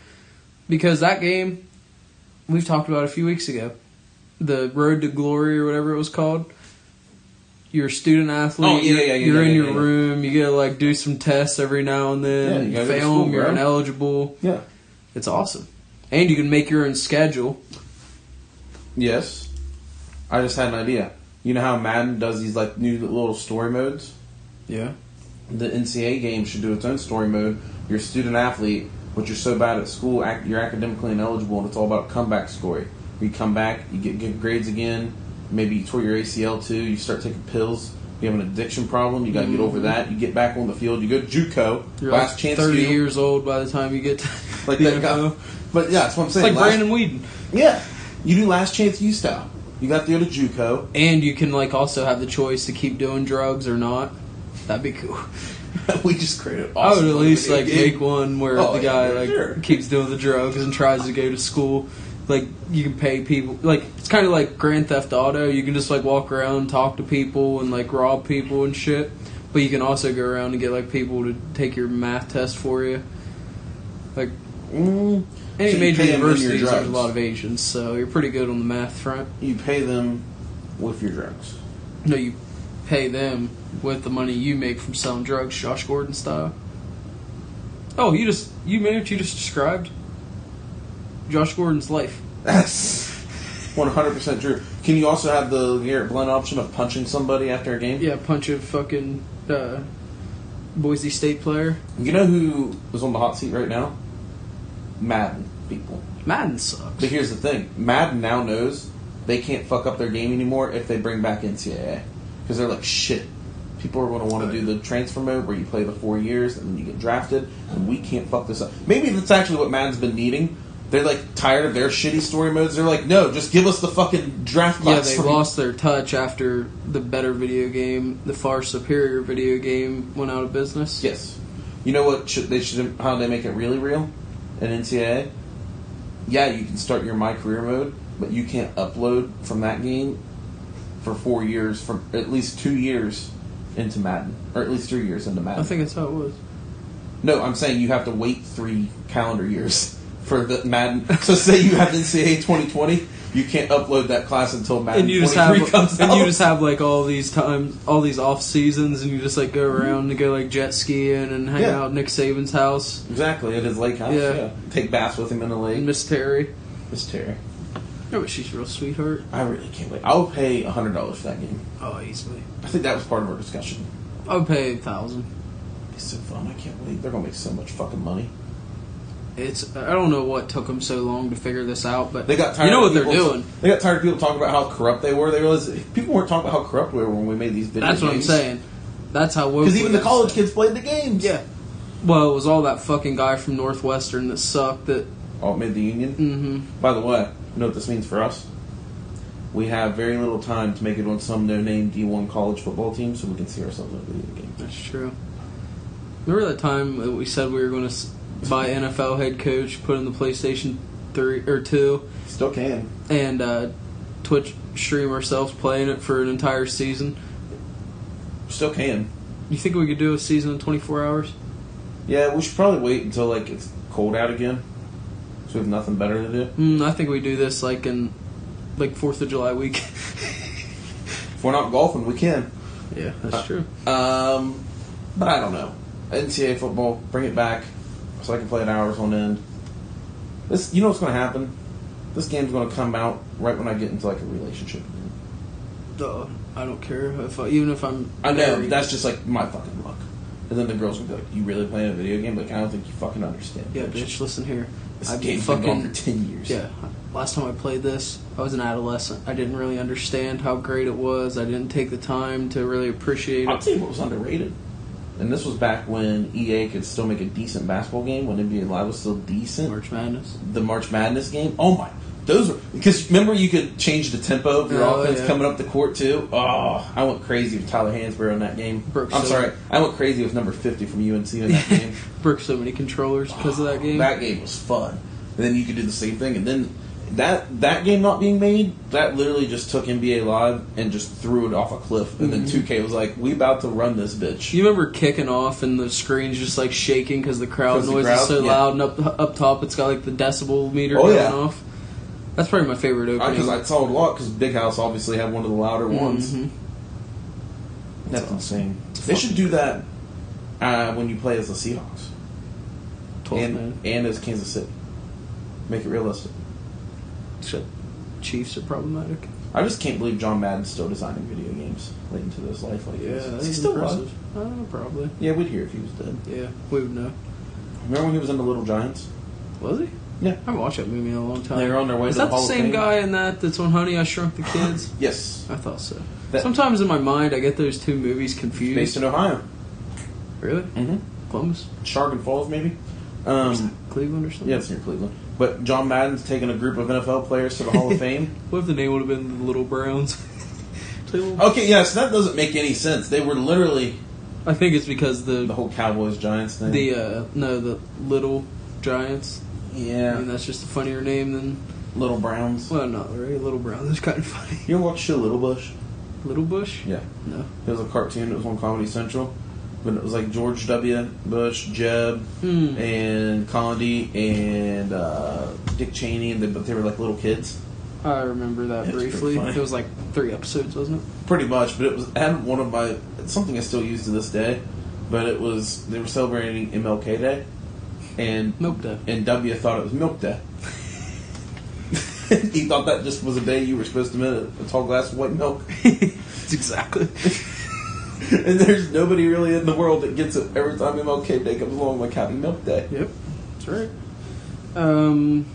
Speaker 4: Because that game, we've talked about a few weeks ago, the Road to Glory or whatever it was called. You're a student athlete.
Speaker 3: Oh, yeah, yeah, yeah,
Speaker 4: you're
Speaker 3: yeah,
Speaker 4: in
Speaker 3: yeah,
Speaker 4: your
Speaker 3: yeah.
Speaker 4: room. You gotta like do some tests every now and then.
Speaker 3: Yeah, you gotta go to
Speaker 4: fail
Speaker 3: school,
Speaker 4: them. You're
Speaker 3: bro.
Speaker 4: ineligible.
Speaker 3: Yeah.
Speaker 4: It's awesome, and you can make your own schedule.
Speaker 3: Yes. I just had an idea. You know how Madden does these like new little story modes?
Speaker 4: Yeah.
Speaker 3: The NCAA game should do its own story mode. You're a student athlete, but you're so bad at school, ac- you're academically ineligible, and it's all about a comeback story. You come back, you get good grades again. Maybe you tore your ACL too. You start taking pills. You have an addiction problem. You got to get over that. You get back on the field. You go JUCO.
Speaker 4: You're
Speaker 3: last
Speaker 4: like
Speaker 3: chance.
Speaker 4: Mm-hmm. thirty
Speaker 3: you.
Speaker 4: years old by the time you get to
Speaker 3: Like
Speaker 4: the
Speaker 3: that guy.
Speaker 4: NFL.
Speaker 3: But yeah, that's what I'm
Speaker 4: It's
Speaker 3: saying.
Speaker 4: like
Speaker 3: Last-
Speaker 4: Brandon Whedon.
Speaker 3: Yeah, you do last chance you style. You got the other JUCO.
Speaker 4: And you can like also have the choice to keep doing drugs or not. That'd be cool.
Speaker 3: we just created.
Speaker 4: I would at least like make one where
Speaker 3: Oh,
Speaker 4: the
Speaker 3: yeah,
Speaker 4: guy
Speaker 3: for
Speaker 4: like
Speaker 3: sure.
Speaker 4: keeps doing the drugs and tries to go to school. like you can pay people like it's kind of like Grand Theft Auto. You can just like walk around, talk to people, and like rob people and shit. But you can also go around and get like people to take your math test for you. Like
Speaker 3: Mm,
Speaker 4: any
Speaker 3: So you
Speaker 4: major
Speaker 3: pay 'em in your
Speaker 4: universities, there's
Speaker 3: drugs.
Speaker 4: a lot of Asians, so you're pretty good on the math front.
Speaker 3: you pay them with your drugs.
Speaker 4: No, you pay them with the money you make from selling drugs, Josh Gordon style. Oh, you just you made what you just described. Josh Gordon's life.
Speaker 3: That's 100% true. Can you also have the Garrett Blunt option of punching somebody after a game?
Speaker 4: Yeah, punch a fucking uh, Boise State player.
Speaker 3: You know who is on the hot seat right now? Madden people.
Speaker 4: Madden sucks.
Speaker 3: But here's the thing Madden now knows they can't fuck up their game anymore if they bring back NCAA. Because they're like, shit. People are going to want to do the transfer mode where you play the four years and then you get drafted, and we can't fuck this up. Maybe that's actually what Madden's been needing. They're like tired of their shitty story modes. They're like, no, just give us the fucking draft
Speaker 4: yeah,
Speaker 3: box
Speaker 4: they
Speaker 3: from-
Speaker 4: lost their touch after the better video game, the far superior video game went out of business.
Speaker 3: Yes. You know what? Should, they should how they make it really real in NCAA. Yeah, you can start your my career mode, but you can't upload from that game for four years, from at least two years into Madden, or at least three years into Madden.
Speaker 4: I think that's how it was.
Speaker 3: no, I'm saying you have to wait three calendar years for the Madden. so say you have NCAA 2020, you can't upload that class until Madden
Speaker 4: and you just
Speaker 3: 23
Speaker 4: have
Speaker 3: comes
Speaker 4: and
Speaker 3: out.
Speaker 4: you just have like all these times, all these off seasons, and you just like go around to go like jet skiing and hang
Speaker 3: Yeah.
Speaker 4: out at Nick Saban's house
Speaker 3: exactly at his lake house.
Speaker 4: Yeah.
Speaker 3: Yeah. take baths with him in the
Speaker 4: and
Speaker 3: lake.
Speaker 4: Miss Terry.
Speaker 3: Miss Terry.
Speaker 4: Oh, but she's a real sweetheart.
Speaker 3: I really can't wait. I'll pay hundred dollars for that game.
Speaker 4: Oh, easily.
Speaker 3: I think that was part of our discussion.
Speaker 4: I would pay a thousand.
Speaker 3: It'd be so fun. I can't wait. They're gonna make so much fucking money.
Speaker 4: It's I don't know what took them so long to figure this out, but
Speaker 3: They got tired.
Speaker 4: You know
Speaker 3: of
Speaker 4: what they're
Speaker 3: people-
Speaker 4: doing.
Speaker 3: They got tired of people talking about how corrupt they were. They realized people weren't talking about how corrupt we were when we made these videos.
Speaker 4: That's what I'm saying. That's how woke.
Speaker 3: Because even the
Speaker 4: it is.
Speaker 3: college kids played the games.
Speaker 4: Yeah. Well, it was all that fucking guy from Northwestern that sucked. That
Speaker 3: Oh, it made the union.
Speaker 4: hmm
Speaker 3: By the way, you know what this means for us? We have very little time to make it on some no-name D1 college football team, so we can see ourselves in a video game.
Speaker 4: That's true. Remember that time that we said we were going to buy NFL head coach, put in the PlayStation three or two,
Speaker 3: Still can.
Speaker 4: and uh, Twitch stream ourselves playing it for an entire season?
Speaker 3: Still can.
Speaker 4: You think we could do a season in 24 hours?
Speaker 3: Yeah, we should probably wait until like it's cold out again, so we have nothing better to do.
Speaker 4: Mm, I think we do this like in like Fourth of July week.
Speaker 3: If we're not golfing, we can.
Speaker 4: yeah, Uh, that's true.
Speaker 3: Um, but I don't know. NCAA football, bring it back so I can play it hours on end. This, you know what's going to happen? This game's going to come out right when I get into like a relationship.
Speaker 4: Duh, I don't care if I, even if I'm.
Speaker 3: I know
Speaker 4: married.
Speaker 3: that's just like my fucking luck. And then the girls will be like, "You really playing a video game?" Like I don't think you fucking understand.
Speaker 4: Yeah, bitch. Listen here.
Speaker 3: This
Speaker 4: I've been
Speaker 3: game's been gone
Speaker 4: fucking
Speaker 3: for ten years.
Speaker 4: Yeah. Last time I played this, I was an adolescent. I didn't really understand how great it was. I didn't take the time to really appreciate
Speaker 3: I'll
Speaker 4: it.
Speaker 3: tell you what was underrated. And this was back when EA could still make a decent basketball game when NBA Live was still decent.
Speaker 4: March Madness.
Speaker 3: the March Madness game. Oh my, those were because remember you could change the tempo of your
Speaker 4: Oh,
Speaker 3: offense
Speaker 4: yeah.
Speaker 3: coming up the court too. Oh, I went crazy with Tyler Hansbrough in that game.
Speaker 4: Brooke
Speaker 3: I'm
Speaker 4: Silva.
Speaker 3: sorry, I went crazy with number 50 from UNC in that game.
Speaker 4: Broke so many controllers because of that game.
Speaker 3: That game was fun. And then you could do the same thing, and then that that game not being made, that literally just took NBA Live and just threw it off a cliff. And
Speaker 4: Mm-hmm.
Speaker 3: then 2K was like, "We about to run this bitch."
Speaker 4: you remember kicking off and the screen's just like shaking because the crowd
Speaker 3: 'Cause the
Speaker 4: noise
Speaker 3: crowd,
Speaker 4: is so
Speaker 3: yeah.
Speaker 4: loud, and up up top it's got like the decibel meter
Speaker 3: Oh,
Speaker 4: going
Speaker 3: yeah.
Speaker 4: off. That's probably my favorite opening.
Speaker 3: Because I, saw it a lot because Big House obviously had one of the louder ones.
Speaker 4: Mhm.
Speaker 3: That's insane. They should do that uh, when you play as the Seahawks
Speaker 4: 12th
Speaker 3: and,
Speaker 4: man.
Speaker 3: and as Kansas City. Make it realistic.
Speaker 4: Shit. Chiefs are problematic.
Speaker 3: I just can't believe John Madden's still designing video games late into his life like
Speaker 4: Yeah,
Speaker 3: this.
Speaker 4: that's
Speaker 3: Is he still
Speaker 4: impressive.
Speaker 3: alive?
Speaker 4: I don't know, Uh, probably.
Speaker 3: Yeah, we'd hear if he was dead.
Speaker 4: Yeah, we would know.
Speaker 3: Remember when he was in the Little Giants?
Speaker 4: Was he?
Speaker 3: Yeah.
Speaker 4: I haven't watched that movie in a long time.
Speaker 3: They were on their way
Speaker 4: Is
Speaker 3: to the
Speaker 4: that
Speaker 3: Hall
Speaker 4: the
Speaker 3: of
Speaker 4: same
Speaker 3: Fame.
Speaker 4: guy in that that's on Honey I Shrunk the Kids?
Speaker 3: Yes.
Speaker 4: I thought so.
Speaker 3: That-
Speaker 4: Sometimes in my mind I get those two movies confused.
Speaker 3: Based in Ohio.
Speaker 4: really?
Speaker 3: Mm-hmm.
Speaker 4: Columbus,
Speaker 3: Shargan Falls, maybe? Um,
Speaker 4: Cleveland, or something?
Speaker 3: yeah, it's near Cleveland. But John Madden's taking a group of NFL players to the Hall of Fame.
Speaker 4: What if the name would have been the Little Browns? Cleveland.
Speaker 3: Okay, yes, that doesn't make any sense. They were literally
Speaker 4: I think it's because the
Speaker 3: the
Speaker 4: the,
Speaker 3: whole Cowboys Giants thing.
Speaker 4: uh, no the Little Giants. I
Speaker 3: yeah,
Speaker 4: mean that's just a funnier name than
Speaker 3: Little Browns.
Speaker 4: Well, not really. Little Brown. That's kind of funny.
Speaker 3: You ever watch Shit Little Bush?
Speaker 4: Little Bush?
Speaker 3: Yeah.
Speaker 4: No.
Speaker 3: It was a cartoon that was on Comedy Central. But it was like George W. Bush, Jeb,
Speaker 4: Hmm.
Speaker 3: and Condi, and uh, Dick Cheney, and they, but they were like little kids.
Speaker 4: I remember that
Speaker 3: That's pretty
Speaker 4: briefly.
Speaker 3: funny.
Speaker 4: It was like three episodes, wasn't it?
Speaker 3: Pretty much, but it was I had one of my it's something I still use to this day, but it was they were celebrating MLK Day, and
Speaker 4: Milk Day.
Speaker 3: and W thought it was Milk Day. he thought that just was a day you were supposed to mint a tall glass of white milk,
Speaker 4: That's exactly.
Speaker 3: and there's nobody really in the world that gets it every time MLK Day comes along like Happy Milk Day.
Speaker 4: Yep. That's right. Um.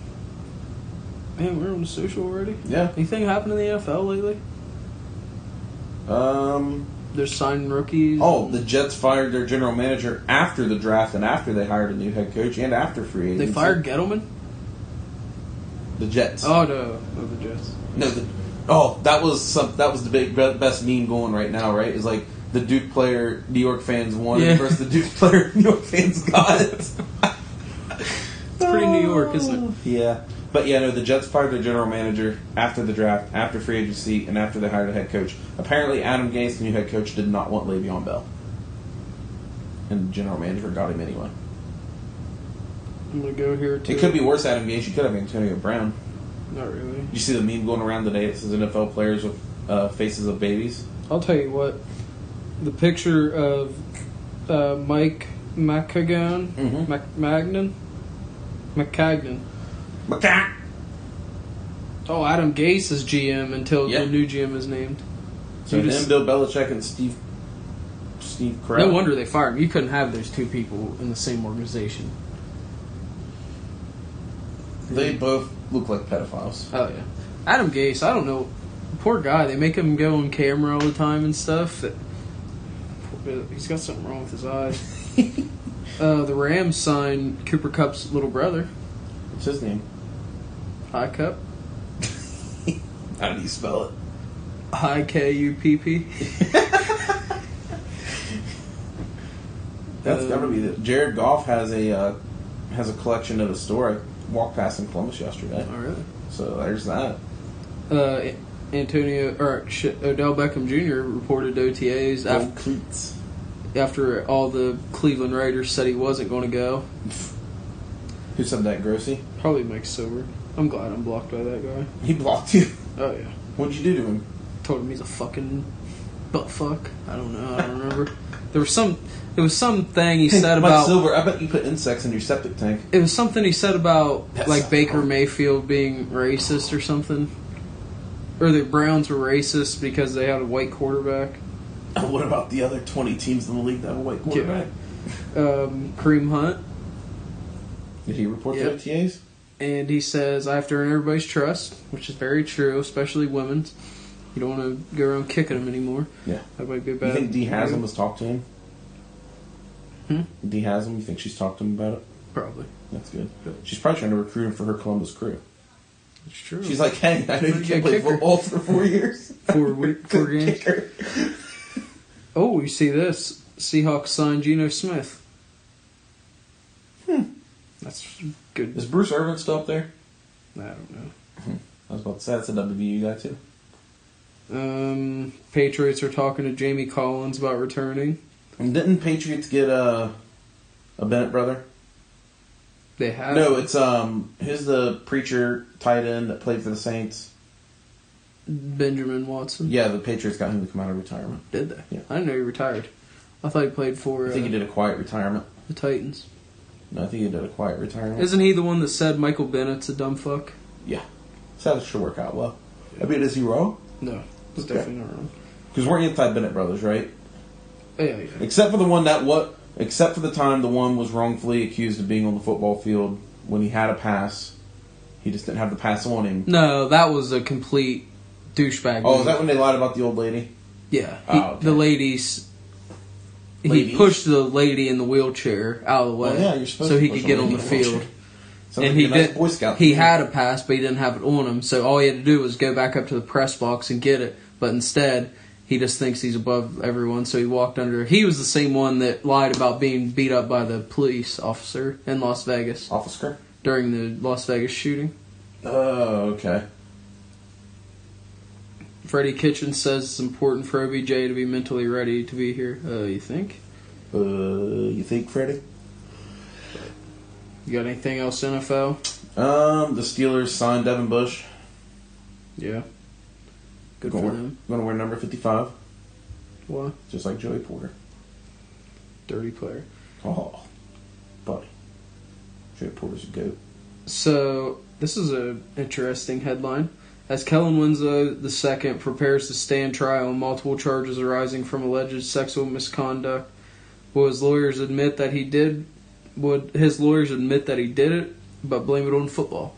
Speaker 4: Man, we're on social already.
Speaker 3: Yeah.
Speaker 4: Anything happened in the NFL lately?
Speaker 3: Um.
Speaker 4: They're signing rookies.
Speaker 3: Oh, the Jets fired their general manager after the draft and after they hired a new head coach and after free agency.
Speaker 4: they fired Gettleman.
Speaker 3: the Jets.
Speaker 4: Oh no, no the Jets.
Speaker 3: No, the, oh, that was some, that was the big be- best meme going right now, right? Is like the Duke player New York fans won
Speaker 4: Yeah.
Speaker 3: versus the Duke player New York fans got it. it's
Speaker 4: pretty New York, isn't it?
Speaker 3: Oh. Yeah, but yeah, no, the Jets fired their general manager after the draft, after free agency, and after they hired a head coach. Apparently, Adam Gase, the new head coach, did not want Le'Veon Bell, and the general manager got him anyway.
Speaker 4: I'm gonna go here too.
Speaker 3: It could be worse, Adam Gase. You could have Antonio Brown.
Speaker 4: Not really.
Speaker 3: You see the meme going around today that says NFL players with uh, faces of babies.
Speaker 4: I'll tell you what. The picture of uh, Mike McCagan,
Speaker 3: Mhm.
Speaker 4: Mac- Magnan, McCagnan.
Speaker 3: Macaque.
Speaker 4: Oh, Adam Gase is GM until
Speaker 3: Yeah.
Speaker 4: the new GM is named.
Speaker 3: So
Speaker 4: You
Speaker 3: him,
Speaker 4: just-
Speaker 3: Bill Belichick, and Steve Steve Carell.
Speaker 4: No wonder they fired him. You couldn't have those two people in the same organization.
Speaker 3: they both look like pedophiles.
Speaker 4: Oh yeah, Adam Gase. I don't know. Poor guy. They make him go on camera all the time and stuff. That he's got something wrong with his eyes. uh, the Rams signed Cooper Cup's little brother,
Speaker 3: What's his name?
Speaker 4: High Cup,
Speaker 3: How do you spell it?
Speaker 4: High K U P P.
Speaker 3: That's
Speaker 4: Um,
Speaker 3: got to be the Jared Goff has a uh, has a collection at a store. I walked past in Columbus yesterday,
Speaker 4: Oh really?
Speaker 3: so there's that.
Speaker 4: Uh, Antonio or shit, Odell Beckham Jr. reported OTAs
Speaker 3: Gold
Speaker 4: af-
Speaker 3: cleats.
Speaker 4: after all the Cleveland Raiders said he wasn't going to go.
Speaker 3: Who said that, Grossi?
Speaker 4: Probably Mike Silver. I'm glad I'm blocked by that guy.
Speaker 3: He blocked you.
Speaker 4: Oh yeah.
Speaker 3: What'd you do to him?
Speaker 4: told him he's a fucking butt fuck. I don't know. I don't remember. There was some. It was some thing he said
Speaker 3: Mike
Speaker 4: about.
Speaker 3: Silver. I bet you put insects in your septic tank.
Speaker 4: It was something he said about
Speaker 3: That's
Speaker 4: like
Speaker 3: not
Speaker 4: Baker
Speaker 3: wrong.
Speaker 4: Mayfield being racist or something, or the Browns were racist because they had a white quarterback.
Speaker 3: And what about the other 20 teams in the league that have a white quarterback?
Speaker 4: Um, Kareem Hunt,
Speaker 3: Did he report
Speaker 4: Yep.
Speaker 3: to OTAs?
Speaker 4: and he says I have to earn everybody's trust, which is very true, especially women's. You don't want to go around kicking them anymore.
Speaker 3: Yeah.
Speaker 4: That might be a bad.
Speaker 3: You think Dee Haslam
Speaker 4: was
Speaker 3: has talked to him?
Speaker 4: Hmm?
Speaker 3: Dee Haslam, you think she's talked to him about it?
Speaker 4: probably.
Speaker 3: That's good. She's probably trying to recruit him for her Columbus crew.
Speaker 4: It's true.
Speaker 3: She's like, hey, I know you
Speaker 4: Pretty
Speaker 3: can't
Speaker 4: good
Speaker 3: play
Speaker 4: kicker.
Speaker 3: football for four years.
Speaker 4: Four week- four
Speaker 3: Good
Speaker 4: games.
Speaker 3: kicker.
Speaker 4: Oh, you see this? Seahawks signed Geno Smith. Hmm. That's good.
Speaker 3: Is Bruce Irvin still up there?
Speaker 4: I don't know.
Speaker 3: I was about to say, that's a WVU guy, too.
Speaker 4: Um, Patriots are talking to Jamie Collins about returning.
Speaker 3: And didn't Patriots get uh, a Bennett brother?
Speaker 4: They have
Speaker 3: no, it's um, who's the preacher tight end that played for the Saints?
Speaker 4: Benjamin Watson.
Speaker 3: Yeah, the Patriots got him to come out of retirement.
Speaker 4: Did they?
Speaker 3: Yeah.
Speaker 4: I didn't know he retired. I thought he played for
Speaker 3: I
Speaker 4: uh,
Speaker 3: think he did a quiet retirement.
Speaker 4: the Titans.
Speaker 3: No, I think he did a quiet retirement.
Speaker 4: Isn't he the one that said Michael Bennett's a dumb fuck?
Speaker 3: Yeah. So that should work out well. I mean, is he wrong?
Speaker 4: No, it's
Speaker 3: Okay.
Speaker 4: definitely not wrong. Oh,
Speaker 3: Because we're anti Bennett brothers, right?
Speaker 4: Yeah, yeah.
Speaker 3: Except for the one that what? Except for the time the one was wrongfully accused of being on the football field when he had a pass, he just didn't have the pass on him.
Speaker 4: No, that was a complete douchebag.
Speaker 3: Oh, is
Speaker 4: move.
Speaker 3: that when they lied about the old lady?
Speaker 4: Yeah, he,
Speaker 3: Oh, okay.
Speaker 4: the ladies. He
Speaker 3: Ladies?
Speaker 4: pushed the lady in the wheelchair out of the way,
Speaker 3: Well, yeah, you're supposed
Speaker 4: so
Speaker 3: to
Speaker 4: he
Speaker 3: push
Speaker 4: could
Speaker 3: a
Speaker 4: get on
Speaker 3: lady
Speaker 4: the
Speaker 3: in a wheelchair.
Speaker 4: field.
Speaker 3: Sounds
Speaker 4: and
Speaker 3: like
Speaker 4: he
Speaker 3: a nice
Speaker 4: did.
Speaker 3: Boy Scout.
Speaker 4: He had a pass, but he didn't have it on him. So all he had to do was go back up to the press box and get it. But instead, he just thinks he's above everyone, so he walked under. He was the same one that lied about being beat up by the police officer in Las Vegas
Speaker 3: officer.
Speaker 4: during the Las Vegas shooting.
Speaker 3: Oh, okay.
Speaker 4: Freddie Kitchen says it's important for OBJ to be mentally ready to be here. Uh, you think?
Speaker 3: Uh, you think, Freddie?
Speaker 4: You got anything else, NFL?
Speaker 3: Um, the Steelers signed Devin Bush.
Speaker 4: Yeah. Good
Speaker 3: gonna
Speaker 4: for
Speaker 3: wear,
Speaker 4: them.
Speaker 3: Gonna wear number fifty-five,
Speaker 4: Why?
Speaker 3: just like Joey Porter.
Speaker 4: Dirty player.
Speaker 3: Oh, buddy, Joey Porter's a goat.
Speaker 4: So this is a interesting headline. As Kellen Winslow II prepares to stand trial on multiple charges arising from alleged sexual misconduct, will his lawyers admit that he did? Would his lawyers admit that he did it, but blame it on football?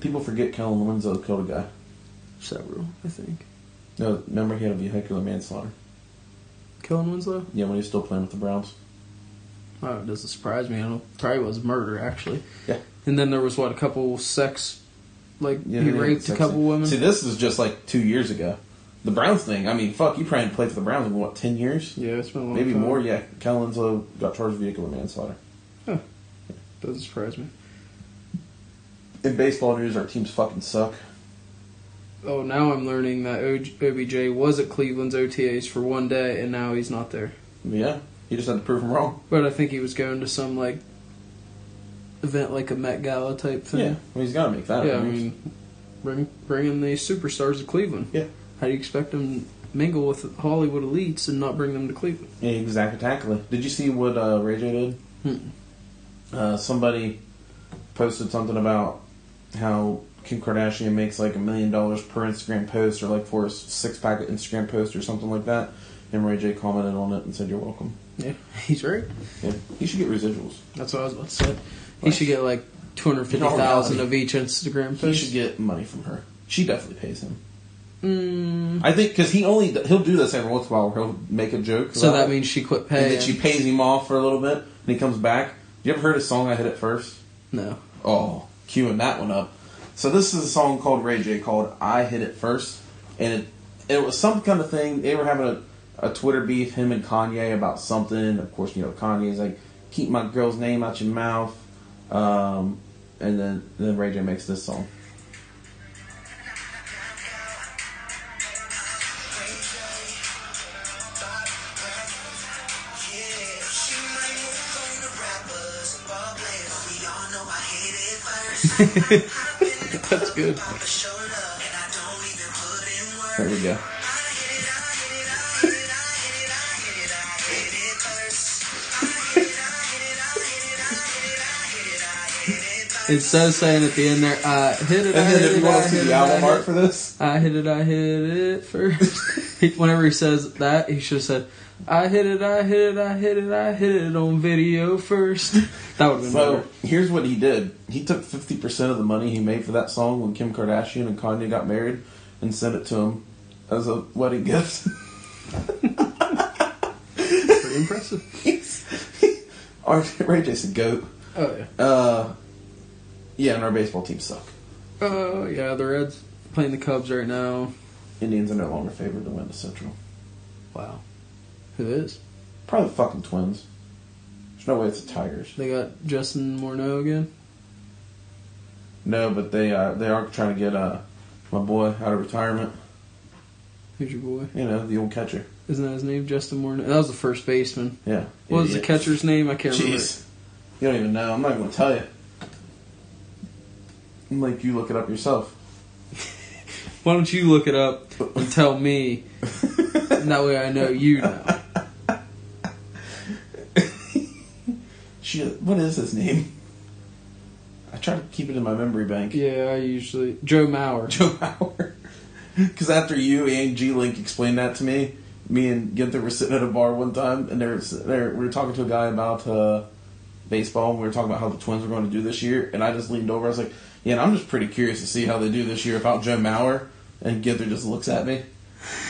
Speaker 3: People forget Kellen Winslow killed a guy.
Speaker 4: Several, I think.
Speaker 3: No, remember he had a vehicular manslaughter.
Speaker 4: Kellen Winslow?
Speaker 3: Yeah, when he was still playing with the Browns.
Speaker 4: Oh, it doesn't surprise me. I don't. Probably was murder actually.
Speaker 3: Yeah.
Speaker 4: And then there was what a couple sex, like
Speaker 3: Yeah,
Speaker 4: he
Speaker 3: yeah,
Speaker 4: raped a
Speaker 3: sexy.
Speaker 4: couple women.
Speaker 3: See, this is just like two years ago. The Browns thing. I mean, fuck, you probably played for the Browns in what ten years,
Speaker 4: yeah, it's been a long
Speaker 3: maybe
Speaker 4: time.
Speaker 3: more. Yeah, Kellen Winslow got charged with vehicular manslaughter.
Speaker 4: Doesn't surprise me.
Speaker 3: In baseball news, our teams fucking suck.
Speaker 4: Oh, now I'm learning that OJ OBJ was at Cleveland's OTAs for one day, and now he's not there.
Speaker 3: Yeah, he just had to prove him wrong.
Speaker 4: But I think he was going to some like event, like a Met Gala type
Speaker 3: Yeah,
Speaker 4: thing.
Speaker 3: well, he's got to make that.
Speaker 4: yeah. I mean, bring bring in the superstars of Cleveland.
Speaker 3: Yeah.
Speaker 4: How do you expect them to mingle with Hollywood elites and not bring them to Cleveland?
Speaker 3: yeah, exactly. Tackling. Did you see what uh, Ray J did?
Speaker 4: Hmm.
Speaker 3: Uh, somebody posted something about how Kim Kardashian makes like a million dollars per Instagram post, or like for a six pack Instagram post, or something like that. And Ray J commented on it and said, "You're welcome."
Speaker 4: Yeah, he's right.
Speaker 3: Yeah, he should get residuals.
Speaker 4: That's what I was about to say. He should get like two hundred fifty thousand of each Instagram
Speaker 3: He
Speaker 4: post.
Speaker 3: should get money from her. She definitely pays him.
Speaker 4: Mm,
Speaker 3: I think because he only he'll do this every once in a while. Where he'll make a joke.
Speaker 4: so
Speaker 3: about
Speaker 4: that
Speaker 3: it.
Speaker 4: means she quit
Speaker 3: and
Speaker 4: paying.
Speaker 3: then she pays him off for a little bit, and he comes back. You ever heard his song? I hit it first.
Speaker 4: no.
Speaker 3: Oh, queuing that one up. So this is a song called Ray J called "I Hit It First, and it it was some kind of thing. They were having a, a Twitter beef, him and Kanye about something. Of course, you know Kanye's like, "Keep my girl's name out your mouth," um, and then then Ray J makes this song.
Speaker 4: That's good.
Speaker 3: There we go.
Speaker 4: Instead of saying at the end there, I hit it, I
Speaker 3: And then
Speaker 4: hit
Speaker 3: if
Speaker 4: it,
Speaker 3: you
Speaker 4: I
Speaker 3: want to see
Speaker 4: hit
Speaker 3: the
Speaker 4: it, I
Speaker 3: album art
Speaker 4: hit
Speaker 3: for
Speaker 4: it,
Speaker 3: this,
Speaker 4: I hit it, I hit it first. He- Whenever he says that, he should have said, I hit it, I hit it, I hit it, I hit it on video first. That would have been
Speaker 3: So
Speaker 4: better.
Speaker 3: here's what he did. He took fifty percent of the money he made for that song when Kim Kardashian and Kanye got married, and sent it to him as a wedding gift.
Speaker 4: Pretty impressive.
Speaker 3: Our- Ray J's a goat.
Speaker 4: Oh, yeah.
Speaker 3: Uh, yeah, and our baseball team suck.
Speaker 4: Oh, yeah, the Reds playing the Cubs right now.
Speaker 3: Indians are no longer favored to win the Central.
Speaker 4: Wow. Who is?
Speaker 3: Probably the fucking Twins. There's no way it's the Tigers.
Speaker 4: They got Justin Morneau again.
Speaker 3: No, but they uh, they are trying to get uh, my boy out of retirement.
Speaker 4: Who's your boy?
Speaker 3: You know, the old catcher.
Speaker 4: Isn't that his name? Justin Morneau. That was the first baseman.
Speaker 3: Yeah.
Speaker 4: What was the
Speaker 3: Idiot.
Speaker 4: catcher's name? I can't remember.
Speaker 3: Jeez. You don't even know. I'm not even gonna tell you. I'm like you look it up yourself.
Speaker 4: Why don't you look it up and tell me? And that way I know you know.
Speaker 3: She, what is his name? I try to keep it in my memory bank.
Speaker 4: Yeah, I usually Joe Mauer.
Speaker 3: Joe Mauer. Because after you and G Link explained that to me, me and Gunther were sitting at a bar one time, and they were, sit- they were, we were talking to a guy about uh, baseball, and we were talking about how the Twins were going to do this year, and I just leaned over. I was like, "Yeah, and I'm just pretty curious to see how they do this year without Joe Mauer." And Gunther just looks at me.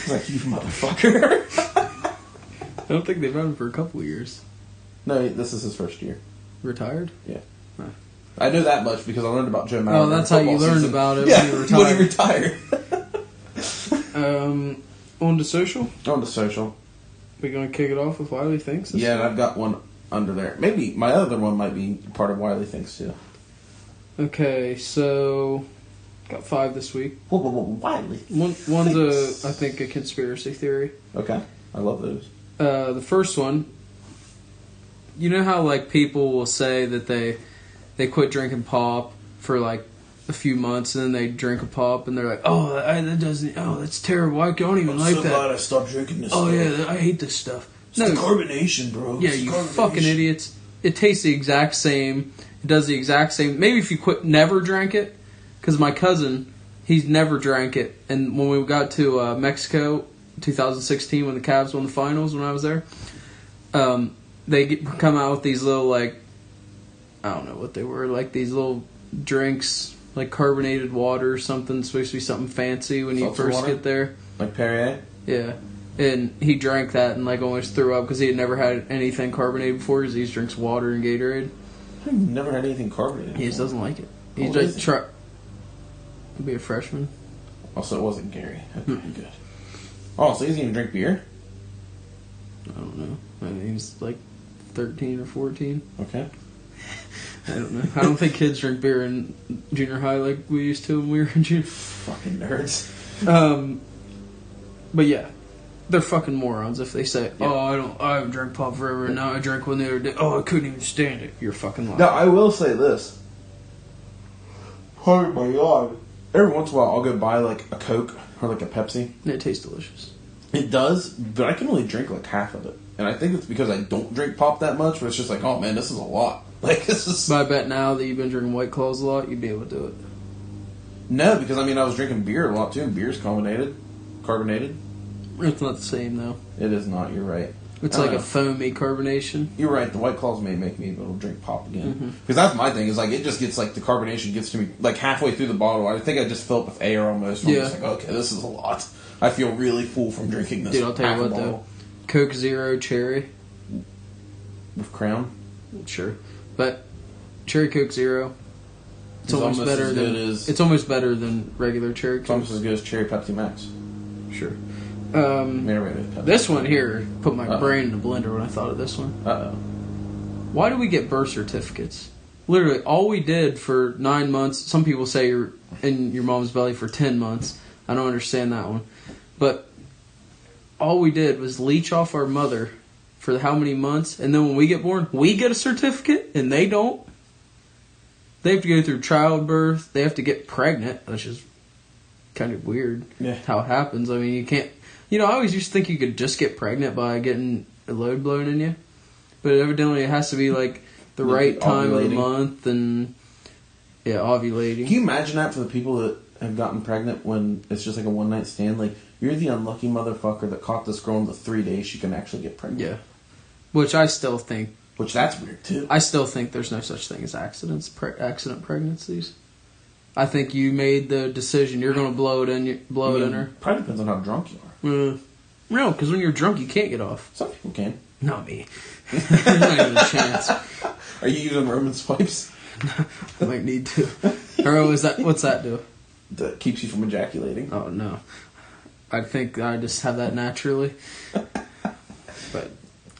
Speaker 3: He's like, "You motherfucker."
Speaker 4: I don't think they've had him for a couple of years.
Speaker 3: No, this is his first year.
Speaker 4: Retired?
Speaker 3: Yeah.
Speaker 4: Huh.
Speaker 3: I know that much because I learned about Joe Mauer.
Speaker 4: Oh, that's how you
Speaker 3: football
Speaker 4: learned
Speaker 3: season.
Speaker 4: about it
Speaker 3: Yeah,
Speaker 4: when you
Speaker 3: When
Speaker 4: retired.
Speaker 3: he retired.
Speaker 4: Um, on to social.
Speaker 3: On the social.
Speaker 4: We're gonna kick it off with Wiley thinks.
Speaker 3: Yeah, and I've got one under there. Maybe my other one might be part of Wiley things too.
Speaker 4: Okay, so got five this week.
Speaker 3: Whoa, whoa, whoa, Wiley.
Speaker 4: One, one's a, I think, a conspiracy theory.
Speaker 3: Okay, I love those.
Speaker 4: Uh, the first one, you know how like people will say that they they quit drinking pop for like a few months and then they drink a pop and they're like, oh, I, that doesn't, oh, that's terrible. I don't even like that.
Speaker 5: Oh, I stopped drinking this.
Speaker 4: Oh yeah, I hate this stuff.
Speaker 5: It's the carbonation, bro.
Speaker 4: Yeah, you fucking idiots. It tastes the exact same. It does the exact same. Maybe if you quit, never drank it. Because my cousin, he's never drank it. And when we got to uh, Mexico, 2016, when the Cavs won the finals, when I was there, um, they get, come out with these little like, I don't know what they were, like these little drinks, like carbonated water or something. It's supposed to be something fancy when you
Speaker 3: Seltzer
Speaker 4: first
Speaker 3: water?
Speaker 4: get there.
Speaker 3: Like Perrier.
Speaker 4: Yeah. And he drank that and like almost threw up because he had never had anything carbonated before. Because he just drinks water and Gatorade.
Speaker 3: I've never had anything carbonated.
Speaker 4: He just
Speaker 3: before.
Speaker 4: doesn't like it. He
Speaker 3: old is
Speaker 4: just
Speaker 3: he?
Speaker 4: try. Could be a freshman.
Speaker 3: Also, it wasn't Gary. Okay, good.
Speaker 4: Hmm.
Speaker 3: Oh, so he doesn't even drink beer?
Speaker 4: I don't know. I mean, he's like thirteen or fourteen.
Speaker 3: Okay.
Speaker 4: I don't know. I don't think kids drink beer in junior high like we used to when we were in junior.
Speaker 3: Fucking nerds.
Speaker 4: Um, but yeah, they're fucking morons if they say, "Oh, I don't, I haven't drank pop forever, and now I drank one the other day. Oh, I couldn't even stand it." You're fucking lying.
Speaker 3: Now, I will say this. Oh my god. Every once in a while, I'll go buy like a Coke or like a Pepsi.
Speaker 4: It tastes delicious.
Speaker 3: It does, but I can only drink like half of it. And I think it's because I don't drink pop that much, but it's just like, oh man, this is a lot. Like, this is.
Speaker 4: But I bet now that you've been drinking White Claws a lot, you'd be able to do it.
Speaker 3: No, because I mean, I was drinking beer a lot too, and beer's carbonated. Carbonated?
Speaker 4: It's not the same though.
Speaker 3: It is not, you're right.
Speaker 4: It's
Speaker 3: I
Speaker 4: like
Speaker 3: don't
Speaker 4: a
Speaker 3: know.
Speaker 4: foamy carbonation.
Speaker 3: You're right. The White Claws may make me able to drink pop again
Speaker 4: Mm-hmm.
Speaker 3: because that's my thing. Is like it just gets like the carbonation gets to me like halfway through the bottle. I think I just fill up with air almost. Yeah. I'm
Speaker 4: Yeah.
Speaker 3: just like, okay, this is a lot. I feel really full from drinking this.
Speaker 4: Dude, I'll tell
Speaker 3: half
Speaker 4: you
Speaker 3: a
Speaker 4: what though.
Speaker 3: bottle
Speaker 4: Coke Zero Cherry,
Speaker 3: with Crown,
Speaker 4: sure, but Cherry Coke Zero. It's,
Speaker 3: It's
Speaker 4: almost,
Speaker 3: almost
Speaker 4: better
Speaker 3: as
Speaker 4: than
Speaker 3: good as-
Speaker 4: it's almost better than regular Cherry
Speaker 3: it's almost
Speaker 4: Coke.
Speaker 3: as good as Cherry Pepsi Max.
Speaker 4: Sure. Um,
Speaker 3: Marinated Pepsi.
Speaker 4: this one here put my
Speaker 3: Uh-oh.
Speaker 4: brain in the blender when I thought of this one.
Speaker 3: Uh oh.
Speaker 4: Why do we get birth certificates? Literally, all we did for nine months. Some people say you're in your mom's belly for ten months. I don't understand that one, but all we did was leech off our mother for how many months, and then when we get born, we get a certificate, and they don't. They have to go through childbirth. They have to get pregnant, which is kind of weird.
Speaker 3: Yeah.
Speaker 4: How it happens? I mean, you can't. You know, I always used to think you could just get pregnant by getting a load blown in you, but evidently it has to be like the
Speaker 3: Yeah,
Speaker 4: right time of
Speaker 3: ovulating.
Speaker 4: the month and yeah, ovulating.
Speaker 3: Can you imagine that for the people that have gotten pregnant when it's just like a one night stand? Like you're the unlucky motherfucker that caught this girl in the three days she can actually get pregnant.
Speaker 4: yeah, which I still think
Speaker 3: Which that's weird too.
Speaker 4: I still think there's no such thing as accidents, pre- accident pregnancies. I think you made the decision. You're going to blow it in, you- blow
Speaker 3: I
Speaker 4: it
Speaker 3: mean,
Speaker 4: in her.
Speaker 3: Probably depends on how drunk you are.
Speaker 4: Uh, no, because when you're drunk, you can't get off.
Speaker 3: Some people can.
Speaker 4: Not me. there's not even a chance.
Speaker 3: Are you using Roman's pipes
Speaker 4: I might need to. Or was that? What's that do?
Speaker 3: that keeps you from ejaculating?
Speaker 4: Oh no. I think I just have that naturally. But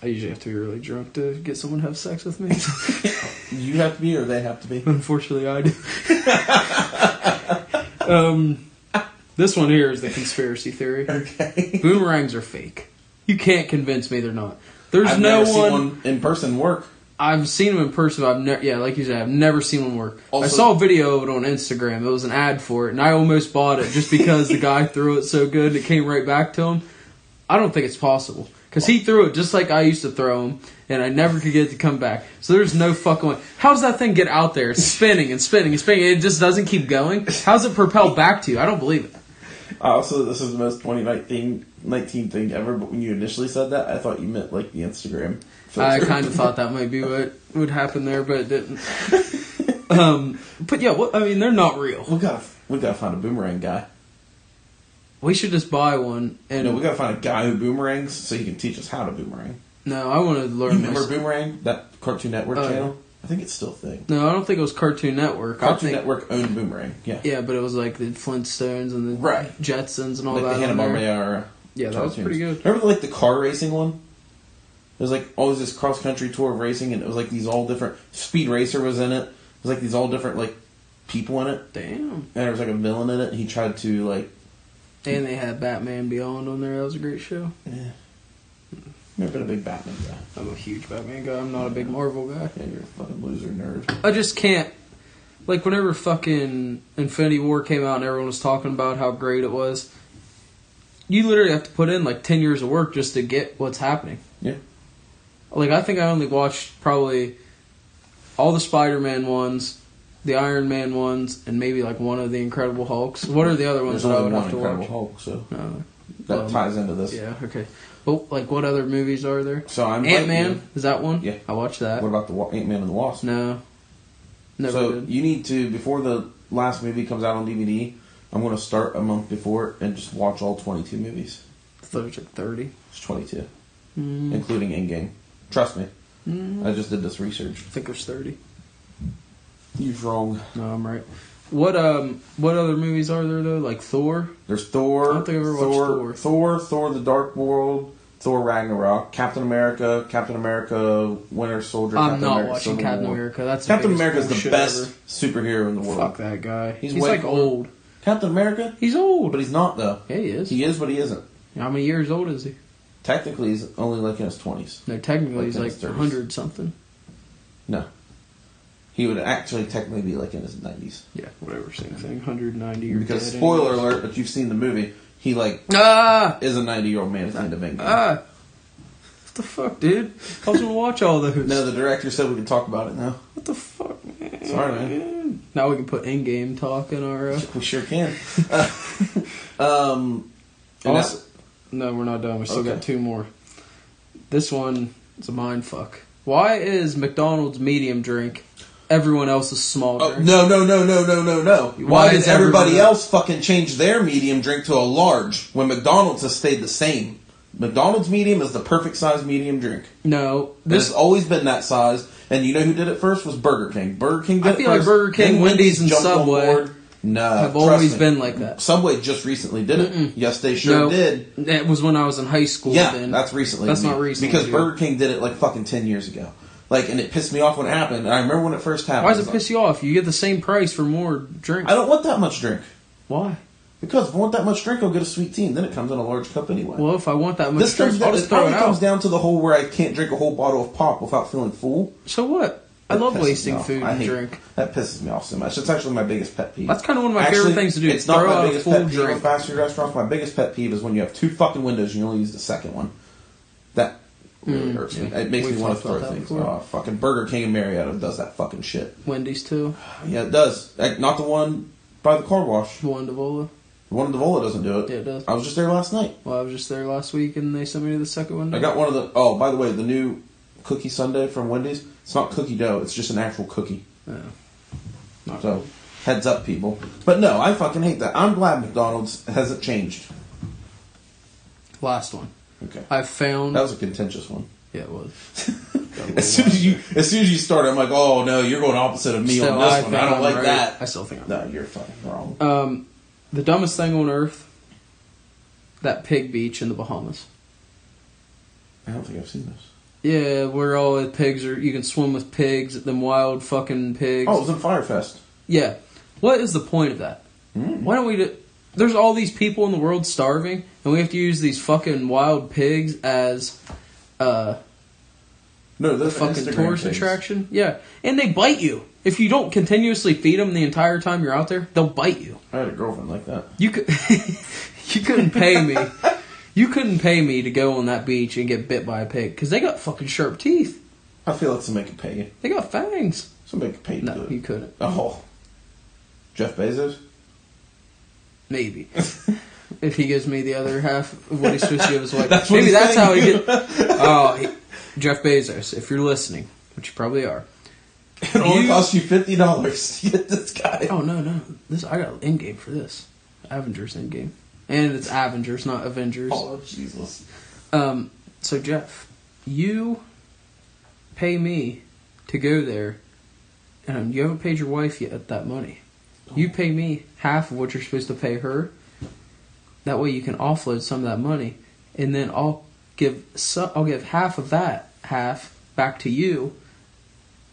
Speaker 4: I usually have to be really drunk to get someone to have sex with me.
Speaker 3: You have to be, or they have to be.
Speaker 4: Unfortunately, I do. um, this one here is the conspiracy theory.
Speaker 3: Okay.
Speaker 4: Boomerangs are fake. You can't convince me they're not. There's
Speaker 3: I've
Speaker 4: no
Speaker 3: never seen
Speaker 4: one,
Speaker 3: one in person work.
Speaker 4: I've seen them in person. But I've never, yeah, like you said, I've never seen one work. I
Speaker 3: Also-
Speaker 4: saw a video of it on Instagram. It was an ad for it, and I almost bought it just because the guy threw it so good. and It came right back to him. I don't think it's possible because he threw it just like I used to throw him, and I never could get it to come back. So there's no fucking way. How does that thing get out there? It's spinning and spinning and spinning. It just doesn't keep going. How's it propel back to you? I don't believe it.
Speaker 3: I also, this is the most 2019 19 thing ever, but when you initially said that, I thought you meant like the Instagram.
Speaker 4: I
Speaker 3: filter.
Speaker 4: kind of thought that might be what would happen there, but it didn't. Um, but yeah, what, I mean, they're not real.
Speaker 3: We gotta, we gotta find a boomerang guy.
Speaker 4: We should just buy one. And
Speaker 3: No, we gotta find a guy who boomerangs so he can teach us how to boomerang.
Speaker 4: no, I want to learn.
Speaker 3: Remember
Speaker 4: myself.
Speaker 3: Boomerang, that Cartoon Network
Speaker 4: Oh, yeah.
Speaker 3: channel? I think it's still a thing.
Speaker 4: No, I don't think it was Cartoon Network. I
Speaker 3: Cartoon
Speaker 4: think,
Speaker 3: Network owned Boomerang. Yeah.
Speaker 4: Yeah, but it was like the Flintstones and the
Speaker 3: Right.
Speaker 4: Jetsons and all
Speaker 3: like
Speaker 4: that.
Speaker 3: the Hanna
Speaker 4: on there.
Speaker 3: Barbera.
Speaker 4: Yeah, that was pretty good.
Speaker 3: Remember like the car racing one? It was like always this cross country tour of racing, and it was like these all different. Speed Racer was in it. It was like these all different like people in it,
Speaker 4: Damn.
Speaker 3: and there was like a villain in it. And he tried to like
Speaker 4: And they had Batman Beyond on there. That was a great show.
Speaker 3: eh. Never been a big Batman guy.
Speaker 4: I'm a huge Batman guy. I'm not a big Marvel guy.
Speaker 3: Yeah, you're a fucking loser nerd.
Speaker 4: I just can't. Like whenever fucking Infinity War came out and everyone was talking about how great it was, you literally have to put in like ten years of work just to get what's happening.
Speaker 3: Yeah.
Speaker 4: Like I think I only watched probably all the Spider-Man ones, the Iron Man ones, and maybe like one of the Incredible Hulks. What are the other ones
Speaker 3: There's
Speaker 4: that I
Speaker 3: only
Speaker 4: would
Speaker 3: one
Speaker 4: have to
Speaker 3: Incredible
Speaker 4: watch?
Speaker 3: Hulk, so
Speaker 4: No.
Speaker 3: that
Speaker 4: Um,
Speaker 3: ties into this.
Speaker 4: Yeah. Okay. Well, like what other movies are there?
Speaker 3: So I'm
Speaker 4: Ant Man is that one?
Speaker 3: Yeah.
Speaker 4: I watched that.
Speaker 3: What about the Ant Man and the Wasp?
Speaker 4: no. Never
Speaker 3: so
Speaker 4: did.
Speaker 3: you need to before the last movie comes out on DVD. I'm going to start a month before and just watch all 22 movies.
Speaker 4: Those are thirty.
Speaker 3: It's 22,
Speaker 4: Mm,
Speaker 3: including Endgame. Trust me,
Speaker 4: mm, I
Speaker 3: I just did this research.
Speaker 4: think there's thirty.
Speaker 3: You're wrong.
Speaker 4: No, I'm right. What um what other movies are there though? Like Thor.
Speaker 3: There's Thor.
Speaker 4: I don't think I've ever
Speaker 3: Thor,
Speaker 4: watched
Speaker 3: Thor. Thor: The Dark World. Thor: Ragnarok. Captain America. Captain America: Winter Soldier.
Speaker 4: I'm
Speaker 3: Captain
Speaker 4: not
Speaker 3: America,
Speaker 4: watching
Speaker 3: Civil
Speaker 4: Captain
Speaker 3: War.
Speaker 4: America. That's the
Speaker 3: Captain
Speaker 4: biggest
Speaker 3: America is the
Speaker 4: bullshit
Speaker 3: best
Speaker 4: ever.
Speaker 3: superhero in the world.
Speaker 4: Fuck that guy. He's,
Speaker 3: He's way
Speaker 4: like
Speaker 3: cool.
Speaker 4: old.
Speaker 3: Captain America,
Speaker 4: He's old.
Speaker 3: but he's not though.
Speaker 4: yeah, he is.
Speaker 3: He is, but he isn't.
Speaker 4: How many years old is he?
Speaker 3: Technically, he's only like in his 20s.
Speaker 4: No, technically
Speaker 3: Like
Speaker 4: he's
Speaker 3: in
Speaker 4: like
Speaker 3: his 30s.
Speaker 4: hundred something.
Speaker 3: No, he would actually technically be like in his 90s.
Speaker 4: Yeah, whatever. Same thing. Hundred ninety.
Speaker 3: Because spoiler alert, but you've seen the movie. He like
Speaker 4: Ah.
Speaker 3: is a 90 year old man at the end of Endgame.
Speaker 4: Ah. What the fuck, dude? I was gonna watch all those.
Speaker 3: no, the director said we could talk about it now.
Speaker 4: What the fuck, man?
Speaker 3: Sorry, man.
Speaker 4: Now we can put in game talk in our. Uh...
Speaker 3: We sure can. um, and that's-
Speaker 4: No, we're not done. We still
Speaker 3: Okay.
Speaker 4: got two more. This one is a mind fuck. Why is McDonald's medium drink everyone else's small
Speaker 3: Oh,
Speaker 4: drink?
Speaker 3: no, no, no, no, no, no, no. Why,
Speaker 4: Why
Speaker 3: did
Speaker 4: is
Speaker 3: everybody,
Speaker 4: everybody-
Speaker 3: else fucking change their medium drink to a large when McDonald's has stayed the same? McDonald's medium is the perfect size medium drink.
Speaker 4: No,
Speaker 3: This has
Speaker 4: this
Speaker 3: always been that size, and you know who did it first was Burger King. Burger King did
Speaker 4: I
Speaker 3: it
Speaker 4: feel like
Speaker 3: first,
Speaker 4: Burger King,
Speaker 3: then
Speaker 4: Wendy's, and
Speaker 3: jumped on
Speaker 4: Subway
Speaker 3: board. No,
Speaker 4: have
Speaker 3: trust
Speaker 4: always
Speaker 3: me.
Speaker 4: been like that.
Speaker 3: Subway just recently did it. Yes, they sure
Speaker 4: no,
Speaker 3: did.
Speaker 4: That was when I was in high school.
Speaker 3: Yeah,
Speaker 4: then.
Speaker 3: that's recently.
Speaker 4: That's
Speaker 3: to me.
Speaker 4: not recent.
Speaker 3: because
Speaker 4: dude.
Speaker 3: Burger King did it like fucking ten years ago. Like, and it pissed me off when it happened. And I remember when it first happened.
Speaker 4: Why does
Speaker 3: I was
Speaker 4: it piss you off? You get the same price for more drink.
Speaker 3: like, I don't want that much drink.
Speaker 4: Why?
Speaker 3: Because if I want that much drink, I'll get a sweet tea, and then it comes in a large cup anyway.
Speaker 4: Well, if I want that much
Speaker 3: this
Speaker 4: drink,
Speaker 3: comes down,
Speaker 4: I'll
Speaker 3: it
Speaker 4: just throw
Speaker 3: probably
Speaker 4: it out.
Speaker 3: comes down to the whole where I can't drink a whole bottle of pop without feeling full.
Speaker 4: so what? I
Speaker 3: That
Speaker 4: love
Speaker 3: pisses me
Speaker 4: wasting
Speaker 3: off.
Speaker 4: food
Speaker 3: I
Speaker 4: and
Speaker 3: hate-
Speaker 4: drink.
Speaker 3: That pisses me off so much. It's actually my biggest pet peeve.
Speaker 4: That's kinda one of my favorite
Speaker 3: Actually,
Speaker 4: things to do,
Speaker 3: It's not
Speaker 4: throw out
Speaker 3: my
Speaker 4: a
Speaker 3: biggest
Speaker 4: full
Speaker 3: pet peeve
Speaker 4: drink.
Speaker 3: in fast food restaurants. My biggest pet peeve is when you have two fucking windows and you only use the second one. That really
Speaker 4: Mm,
Speaker 3: hurts me.
Speaker 4: yeah.
Speaker 3: It makes
Speaker 4: We've
Speaker 3: me want to
Speaker 4: talked
Speaker 3: throw
Speaker 4: about that
Speaker 3: things.
Speaker 4: before.
Speaker 3: Oh, fucking Burger King and Marietta does that fucking shit.
Speaker 4: Wendy's too.
Speaker 3: Yeah, it does. Like, not the one by the car wash.
Speaker 4: One Devola.
Speaker 3: The one in Devola doesn't do it.
Speaker 4: Yeah, it does.
Speaker 3: I was just there last night.
Speaker 4: Well, I was just there last week, and they sent me to the second
Speaker 3: I
Speaker 4: window.
Speaker 3: got one of the. Oh, by the way, the new cookie sundae from Wendy's. It's not cookie dough. It's just an actual cookie.
Speaker 4: Yeah. Not
Speaker 3: So heads up, people. But no, I fucking hate that. I'm glad McDonald's hasn't changed.
Speaker 4: Last one.
Speaker 3: Okay,
Speaker 4: I found.
Speaker 3: that was a contentious one.
Speaker 4: yeah, it was.
Speaker 3: as soon as you, as soon as you start, I'm like, oh no, you're going opposite of me
Speaker 4: Still,
Speaker 3: on this
Speaker 4: I
Speaker 3: one.
Speaker 4: think
Speaker 3: I don't
Speaker 4: I'm
Speaker 3: like
Speaker 4: right. I
Speaker 3: that.
Speaker 4: still think I'm
Speaker 3: No, you're fucking wrong.
Speaker 4: Um, the dumbest thing on earth. That pig beach in the Bahamas.
Speaker 3: I don't think I've seen this.
Speaker 4: Yeah, where all the pigs are. You can swim with pigs. Them wild fucking pigs.
Speaker 3: Oh, it was in Firefest.
Speaker 4: Yeah. What is the point of that?
Speaker 3: Hmm.
Speaker 4: Why don't we do. There's all these people in the world starving, and we have to use these fucking wild pigs as. Uh,
Speaker 3: No,
Speaker 4: the
Speaker 3: those are
Speaker 4: fucking
Speaker 3: Instagram
Speaker 4: tourist
Speaker 3: things.
Speaker 4: attraction. Yeah, and they bite you if you don't continuously feed them the entire time you're out there. They'll bite you.
Speaker 3: I had a girlfriend like that.
Speaker 4: You could, you couldn't pay me. You couldn't pay me to go on that beach and get bit by a pig because they got fucking sharp teeth.
Speaker 3: I feel like somebody could pay you.
Speaker 4: They got fangs.
Speaker 3: Somebody could pay you. to
Speaker 4: No,
Speaker 3: do
Speaker 4: you
Speaker 3: it.
Speaker 4: couldn't.
Speaker 3: Oh, Jeff Bezos.
Speaker 4: Maybe if he gives me the other half of what he's supposed to give his wife.
Speaker 3: That's what
Speaker 4: Maybe
Speaker 3: he's
Speaker 4: that's how he
Speaker 3: saying.
Speaker 4: get. Oh, he- Jeff Bezos, if you're listening, which you probably are.
Speaker 3: It only
Speaker 4: You-
Speaker 3: costs you fifty dollars to get this guy.
Speaker 4: Oh no no! This I got end game for this. Avengers end game, and it's Avengers, not Avengers.
Speaker 3: Oh, Jesus!
Speaker 4: Um, so Jeff, you pay me to go there, and you haven't paid your wife yet that money. You pay me half of what you're supposed to pay her. That way, you can offload some of that money, and then I'll give so, I'll give half of that half back to you,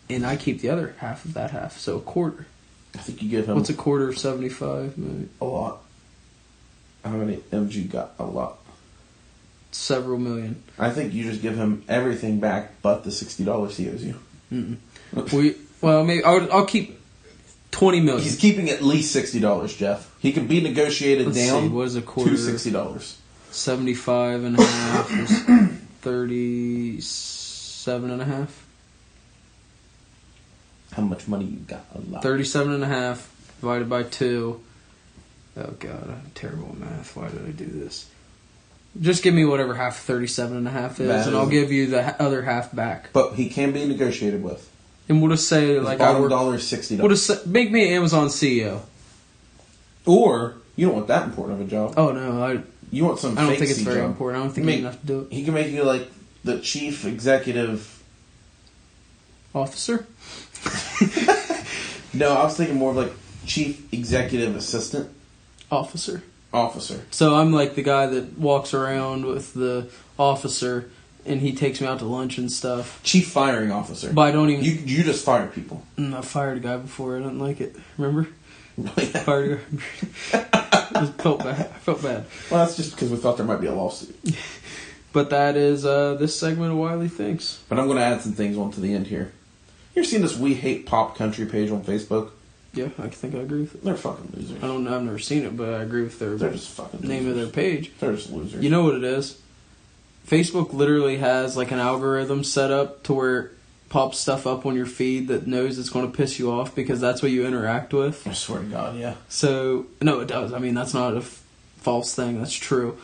Speaker 4: and I keep the other half of that half, so a quarter.
Speaker 3: I think you give him
Speaker 4: What's a quarter of 75? Maybe
Speaker 3: a lot. How many M's you got? A lot.
Speaker 4: several million.
Speaker 3: I think you just give him everything back but the sixty dollars he owes you.
Speaker 4: We well, maybe I'll, I'll keep 20 million.
Speaker 3: He's keeping at least sixty dollars, Jeff. He can be negotiated
Speaker 4: Let's
Speaker 3: down
Speaker 4: see, what is a quarter?
Speaker 3: to sixty dollars.
Speaker 4: 75 and a half is 37 and a half.
Speaker 3: How much money you got? A lot.
Speaker 4: 37 and a half divided by 2. Oh, God, I'm terrible at math. Why did I do this? Just give me whatever half 37 and a half is,
Speaker 3: That
Speaker 4: and I'll
Speaker 3: is-
Speaker 4: give you the h- other half back.
Speaker 3: But he can be negotiated with.
Speaker 4: And we'll just say,
Speaker 3: His
Speaker 4: like, I
Speaker 3: bottom
Speaker 4: work.
Speaker 3: dollar is sixty
Speaker 4: We'll
Speaker 3: dollars.
Speaker 4: just say, make me an Amazon E CEO.
Speaker 3: Or you don't want that important of a job.
Speaker 4: Oh, no, I,
Speaker 3: You want some.
Speaker 4: I don't
Speaker 3: fancy
Speaker 4: think it's very
Speaker 3: job.
Speaker 4: important. I don't think
Speaker 3: Make-
Speaker 4: you have to do it.
Speaker 3: He can make you like the chief executive.
Speaker 4: Officer?
Speaker 3: No, I was thinking more of like chief executive assistant
Speaker 4: Officer.
Speaker 3: officer.
Speaker 4: So I'm like the guy that walks around with the officer, and he takes me out to lunch and stuff.
Speaker 3: Chief firing officer.
Speaker 4: But I don't even.
Speaker 3: you you just fire people.
Speaker 4: Mm, I fired a guy before. I didn't like it. Remember?
Speaker 3: well,
Speaker 4: Fired a guy. I felt bad. I felt bad.
Speaker 3: that's just because we thought there might be a lawsuit.
Speaker 4: But that is uh, this segment of Wiley Thinks.
Speaker 3: But I'm going to add some things on to the end here. You ever seen this We Hate Pop Country page on Facebook?
Speaker 4: Yeah, I think I agree with it.
Speaker 3: They're fucking losers.
Speaker 4: I don't. I've never seen it, but I agree with their
Speaker 3: They're just fucking
Speaker 4: name of
Speaker 3: losers.
Speaker 4: their page.
Speaker 3: They're just losers.
Speaker 4: You know what it is? Facebook literally has like an algorithm set up to where it pops stuff up on your feed that knows it's going to piss you off because that's what you interact with.
Speaker 3: I swear to God, yeah.
Speaker 4: So no, it does. I mean, that's not a f- false thing. That's true.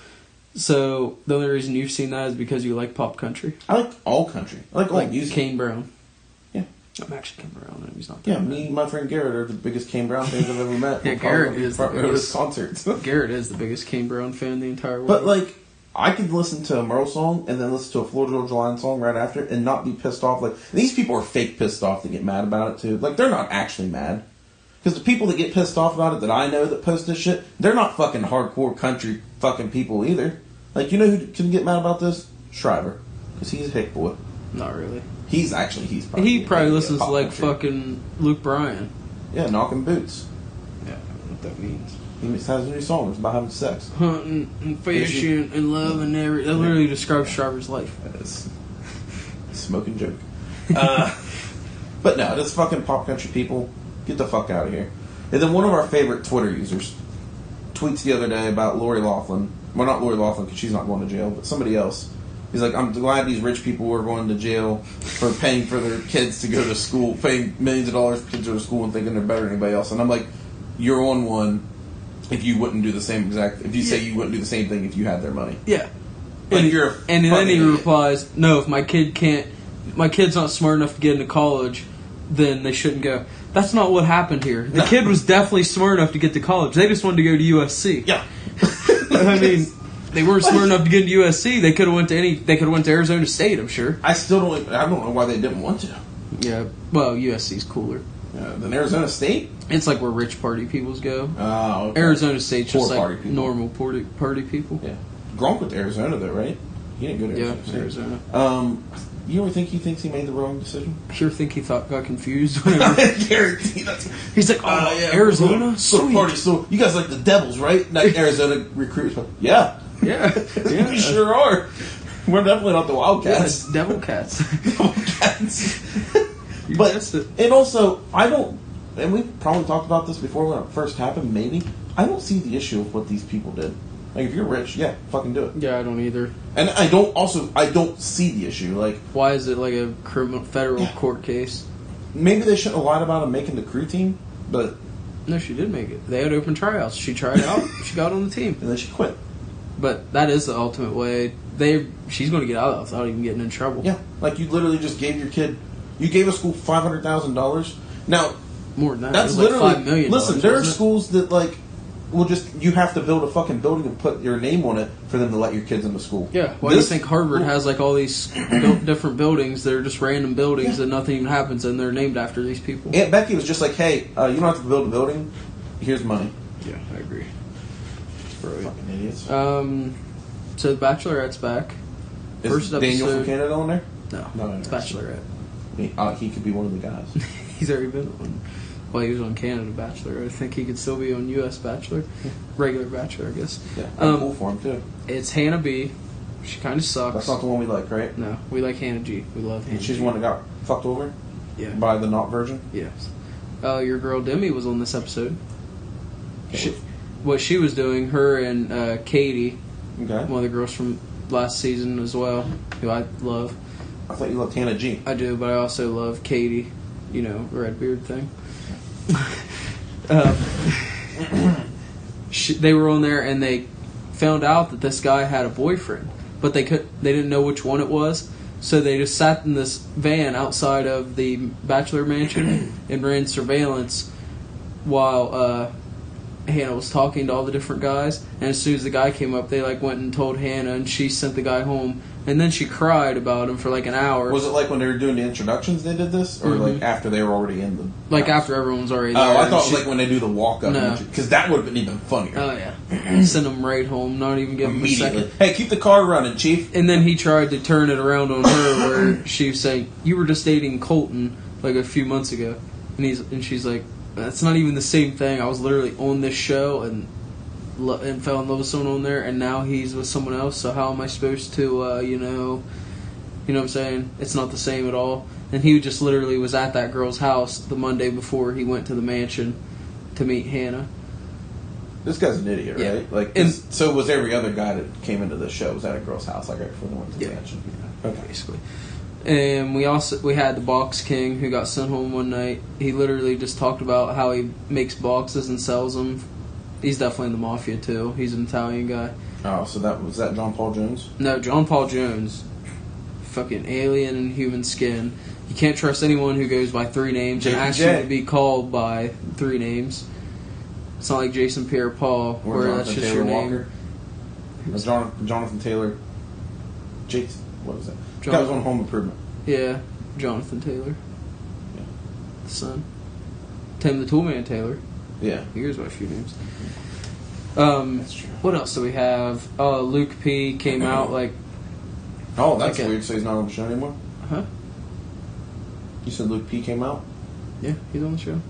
Speaker 4: So the only reason you've seen that is because you like pop country,
Speaker 3: I like all country. I like all
Speaker 4: like
Speaker 3: music.
Speaker 4: Kane Brown.
Speaker 3: Yeah.
Speaker 4: I'm actually Kane Brown, and he's not. That
Speaker 3: yeah, me and my friend Garrett are the biggest Kane Brown fans I've ever met.
Speaker 4: Yeah,
Speaker 3: We're probably
Speaker 4: Garrett
Speaker 3: gonna be
Speaker 4: is the
Speaker 3: front row to his
Speaker 4: biggest.
Speaker 3: concerts.
Speaker 4: bad. Garrett is the biggest Kane Brown fan in the entire world.
Speaker 3: but like, I could listen to a Merle song and then listen to a Florida Georgia Line song right after and not be pissed off. Like these people are fake pissed off to get mad about it too. Like they're not actually mad. Because the people that get pissed off about it that I know that post this shit, they're not fucking hardcore country fucking people either. Like you know who can get mad about this? Shriver, because he's a hick boy.
Speaker 4: not really.
Speaker 3: He's actually he's probably
Speaker 4: He probably
Speaker 3: yeah,
Speaker 4: listens to
Speaker 3: pop
Speaker 4: like
Speaker 3: country.
Speaker 4: fucking Luke Bryan.
Speaker 3: yeah knocking boots.
Speaker 4: Yeah, I don't know what that means.
Speaker 3: He has a new song it's about having sex.
Speaker 4: Hunting and fishing and love and every. That literally describes Shriver's life.
Speaker 3: It's a smoking joke. Uh, but no, just fucking pop country people, get the fuck out of here. And then one of our favorite Twitter users tweets the other day about Lori Laughlin. Well, not Lori Laughlin because she's not going to jail, but somebody else. He's like, I'm glad these rich people are going to jail for paying for their kids to go to school, paying millions of dollars for kids to go to school and thinking they're better than anybody else. And I'm like, you're on one if you wouldn't do the same exact, if you say you wouldn't do the same thing if you had their money.
Speaker 4: Yeah.
Speaker 3: Like,
Speaker 4: and,
Speaker 3: you're a
Speaker 4: and then
Speaker 3: fucking
Speaker 4: he
Speaker 3: idiot.
Speaker 4: replies, "No, if my kid can't, my kid's not smart enough to get into college, then they shouldn't go." That's not what happened here. The kid was definitely smart enough to get to college. They just wanted to go to USC.
Speaker 3: Yeah.
Speaker 4: I mean, they weren't smart enough to get into USC. They could have went to any. They could have went to Arizona State. I'm sure.
Speaker 3: I still don't. I don't know why they didn't want to.
Speaker 4: Yeah. Well, USC's cooler.
Speaker 3: Uh, then Arizona State.
Speaker 4: It's like where rich party peoples go.
Speaker 3: Oh, okay.
Speaker 4: Arizona State's
Speaker 3: Poor
Speaker 4: just like
Speaker 3: party people.
Speaker 4: normal party party people.
Speaker 3: Yeah, Gronk went to Arizona though, right? He didn't go to
Speaker 4: Yeah,
Speaker 3: Arizona. State.
Speaker 4: Arizona.
Speaker 3: Um, you ever think he thinks he made the wrong decision?
Speaker 4: I sure think he thought got confused. Whenever.
Speaker 3: Guarantee that's.
Speaker 4: He's like, "Oh,
Speaker 3: Uh,
Speaker 4: Arizona,
Speaker 3: so
Speaker 4: sweet."
Speaker 3: party, so you guys like the Devils, right? Like Arizona recruits, but yeah,
Speaker 4: yeah. Yeah.
Speaker 3: we sure are. We're definitely not the Wildcats.
Speaker 4: Yes, devil cats.
Speaker 3: cats.
Speaker 4: You guessed
Speaker 3: but
Speaker 4: it.
Speaker 3: and also I don't and we probably talked about this before when it first happened, maybe. I don't see the issue of what these people did. Like if you're rich, yeah, fucking do it.
Speaker 4: yeah, I don't either.
Speaker 3: And I don't also I don't see the issue. Like
Speaker 4: Why is it like a criminal federal
Speaker 3: Yeah.
Speaker 4: court case?
Speaker 3: maybe they shouldn't have lied about him making the crew team, but
Speaker 4: No, she did make it. They had open tryouts. She tried out. she got on the team.
Speaker 3: and then she quit.
Speaker 4: But that is the ultimate way. They she's going to get out of it without even getting in trouble.
Speaker 3: Yeah. Like you literally just gave your kid you gave a school five hundred thousand dollars. Now
Speaker 4: more than that.
Speaker 3: That's
Speaker 4: it was
Speaker 3: literally.
Speaker 4: like five million.
Speaker 3: listen,
Speaker 4: dollars,
Speaker 3: there are
Speaker 4: wasn't it?
Speaker 3: schools that like will just you have to build a fucking building and put your name on it for them to let your kids into school.
Speaker 4: Yeah. Why do you think Harvard has like all these built different buildings? They're just random buildings
Speaker 3: Yeah.
Speaker 4: that nothing even happens, and they're named after these people.
Speaker 3: Aunt Becky was just like, "Hey, uh, you don't have to build a building. Here's money."
Speaker 4: yeah I agree.
Speaker 3: Fucking idiots.
Speaker 4: Um, so the Bachelorette's back.
Speaker 3: Is
Speaker 4: first
Speaker 3: Daniel
Speaker 4: episode-
Speaker 3: from Canada on there?
Speaker 4: No,
Speaker 3: No, no,
Speaker 4: it's
Speaker 3: no.
Speaker 4: Bachelorette.
Speaker 3: He, uh, he could be one of the guys.
Speaker 4: He's already been on. Well, he was on Canada Bachelor. I think he could still be on U.S. Bachelor, regular Bachelor, I guess.
Speaker 3: Yeah, I'm
Speaker 4: Um,
Speaker 3: cool for him too.
Speaker 4: It's Hannah B. She kind of sucks.
Speaker 3: That's not the one we like, right?
Speaker 4: no, we like Hannah G. We love Hannah.
Speaker 3: She's
Speaker 4: G.
Speaker 3: the one that got fucked over
Speaker 4: Yeah.
Speaker 3: by the not virgin.
Speaker 4: Yes. Uh, your girl Demi was on this episode. She, what she was doing, her and uh, Katie,
Speaker 3: Okay.
Speaker 4: one of the girls from last season as well, who I love.
Speaker 3: I thought you loved Hannah G.
Speaker 4: I do, but I also love Katie, you know, red beard thing. um, she, they were on there and they found out that this guy had a boyfriend, but they could they didn't know which one it was. So they just sat in this van outside of the bachelor mansion and ran surveillance while uh, Hannah was talking to all the different guys. And as soon as the guy came up, they like went and told Hannah, and she sent the guy home. And then she cried about him for like an hour.
Speaker 3: Was it like when they were doing the introductions they did this, or like after they were already in the?
Speaker 4: Mm-hmm. Like after everyone's already.
Speaker 3: Oh,
Speaker 4: there
Speaker 3: I
Speaker 4: and
Speaker 3: thought it
Speaker 4: she-
Speaker 3: was like when they do the walk up,
Speaker 4: No.
Speaker 3: because that would have been even funnier.
Speaker 4: Oh yeah, send him right home. Not even give him a
Speaker 3: Immediately,
Speaker 4: second.
Speaker 3: hey, keep the car running, Chief.
Speaker 4: And then he tried to turn it around on her, where she was saying, "You were just dating Colton like a few months ago," and he's and she's like, "That's not even the same thing. I was literally on this show and lo- and fell in love with someone on there, and now he's with someone else. So how am I supposed to, uh, you know, you know what I'm saying? It's not the same at all." And he just literally was at that girl's house the Monday before he went to the mansion to meet Hannah.
Speaker 3: This guy's an idiot,
Speaker 4: Yeah.
Speaker 3: right? Like,
Speaker 4: And-
Speaker 3: this- so was every other guy that came into the show was at a girl's house, like right before they went to the
Speaker 4: Yeah.
Speaker 3: mansion. Okay.
Speaker 4: basically. And we also we had the box king who got sent home one night. He literally just talked about how he makes boxes and sells them. He's definitely in the mafia too. He's an Italian guy.
Speaker 3: Oh, so that was that John Paul Jones.
Speaker 4: No, John Paul Jones, fucking alien in human skin. You can't trust anyone who goes by three names and
Speaker 3: JPJ.
Speaker 4: actually be called by three names. It's not like Jason Pierre-Paul,
Speaker 3: Or
Speaker 4: where that's just your name.
Speaker 3: Or John, Jonathan Taylor. Jake, what was that?
Speaker 4: John-
Speaker 3: that was on Home Improvement.
Speaker 4: Yeah, Jonathan Taylor,
Speaker 3: Yeah.
Speaker 4: the son, Tim the Toolman Taylor.
Speaker 3: Yeah,
Speaker 4: Here's my few names. Um,
Speaker 3: that's true.
Speaker 4: what else do we have? Uh, Luke P came out like,
Speaker 3: Oh, that's
Speaker 4: Okay.
Speaker 3: weird. So he's not on the show anymore.
Speaker 4: huh?
Speaker 3: You said Luke P came out.
Speaker 4: Yeah, he's on the show.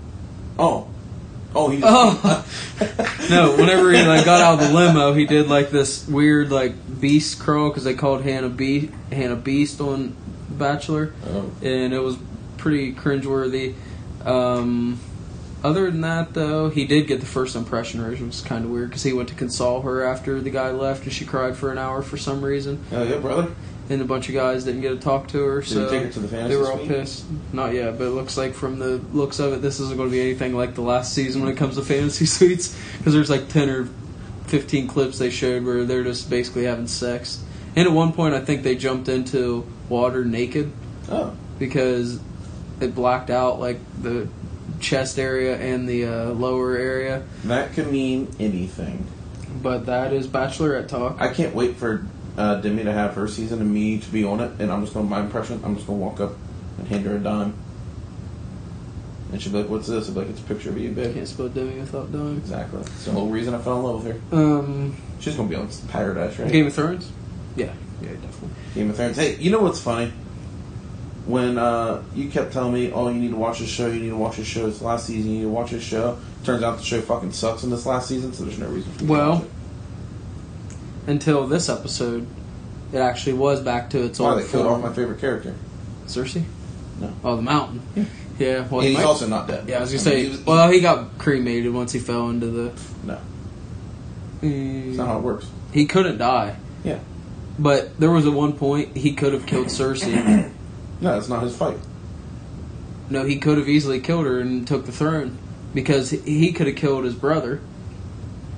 Speaker 3: Oh, oh, he's
Speaker 4: Oh no! Whenever he like got out of the limo, he did like this weird like beast crawl because they called Hannah Be- Hannah Beast on The Bachelor,
Speaker 3: Oh.
Speaker 4: and it was pretty cringeworthy. Um, other than that, though, he did get the first impression, which was kind of weird because he went to console her after the guy left, and she cried for an hour for some reason.
Speaker 3: Oh, yeah, brother.
Speaker 4: and a bunch of guys didn't get to talk to her.
Speaker 3: you
Speaker 4: So
Speaker 3: take her to the fantasy
Speaker 4: they were all
Speaker 3: suite?
Speaker 4: pissed. Not yet, but it looks like from the looks of it, this isn't going to be anything like the last season when it comes to fantasy suites because there's like ten or fifteen clips they showed where they're just basically having sex. And at one point, I think they jumped into water naked
Speaker 3: Oh,
Speaker 4: because it blacked out like the chest area and the uh, lower area.
Speaker 3: that could mean anything.
Speaker 4: But that is bachelorette talk.
Speaker 3: I can't wait for uh, Demi to have her season and me to be on it. And I'm just gonna my impression. I'm just gonna walk up and hand her a dime, and she'll be like, "What's this?" I'll be like, "It's a picture of you,
Speaker 4: I
Speaker 3: babe."
Speaker 4: can't spell Demi without dying.
Speaker 3: Exactly. It's the whole reason I fell in love with her.
Speaker 4: Um,
Speaker 3: She's gonna be on Paradise, right?
Speaker 4: Game of Thrones. Yeah, yeah, definitely.
Speaker 3: Game of Thrones. Hey, you know what's funny? When uh, you kept telling me, "Oh, you need to watch this show. You need to watch this show. It's the last season. You need to watch this show." Turns out the show fucking sucks in this last season, so there's no reason. For me
Speaker 4: Well,
Speaker 3: to watch it.
Speaker 4: until this episode, it actually was back to its
Speaker 3: why
Speaker 4: old
Speaker 3: they killed off
Speaker 4: form.
Speaker 3: my favorite character?
Speaker 4: Cersei?
Speaker 3: No.
Speaker 4: Oh, the mountain. Yeah. well,
Speaker 3: and
Speaker 4: he
Speaker 3: he's
Speaker 4: might-
Speaker 3: also not dead.
Speaker 4: Yeah, I was gonna
Speaker 3: I mean, he
Speaker 4: say.
Speaker 3: was-
Speaker 4: well, he got cremated once he fell into the.
Speaker 3: no, that's not how it works.
Speaker 4: He couldn't die,
Speaker 3: Yeah,
Speaker 4: but there was at one point he could have killed Cersei.
Speaker 3: no, that's not his fight.
Speaker 4: no, he could have easily killed her and took the throne because he- he could have killed his brother,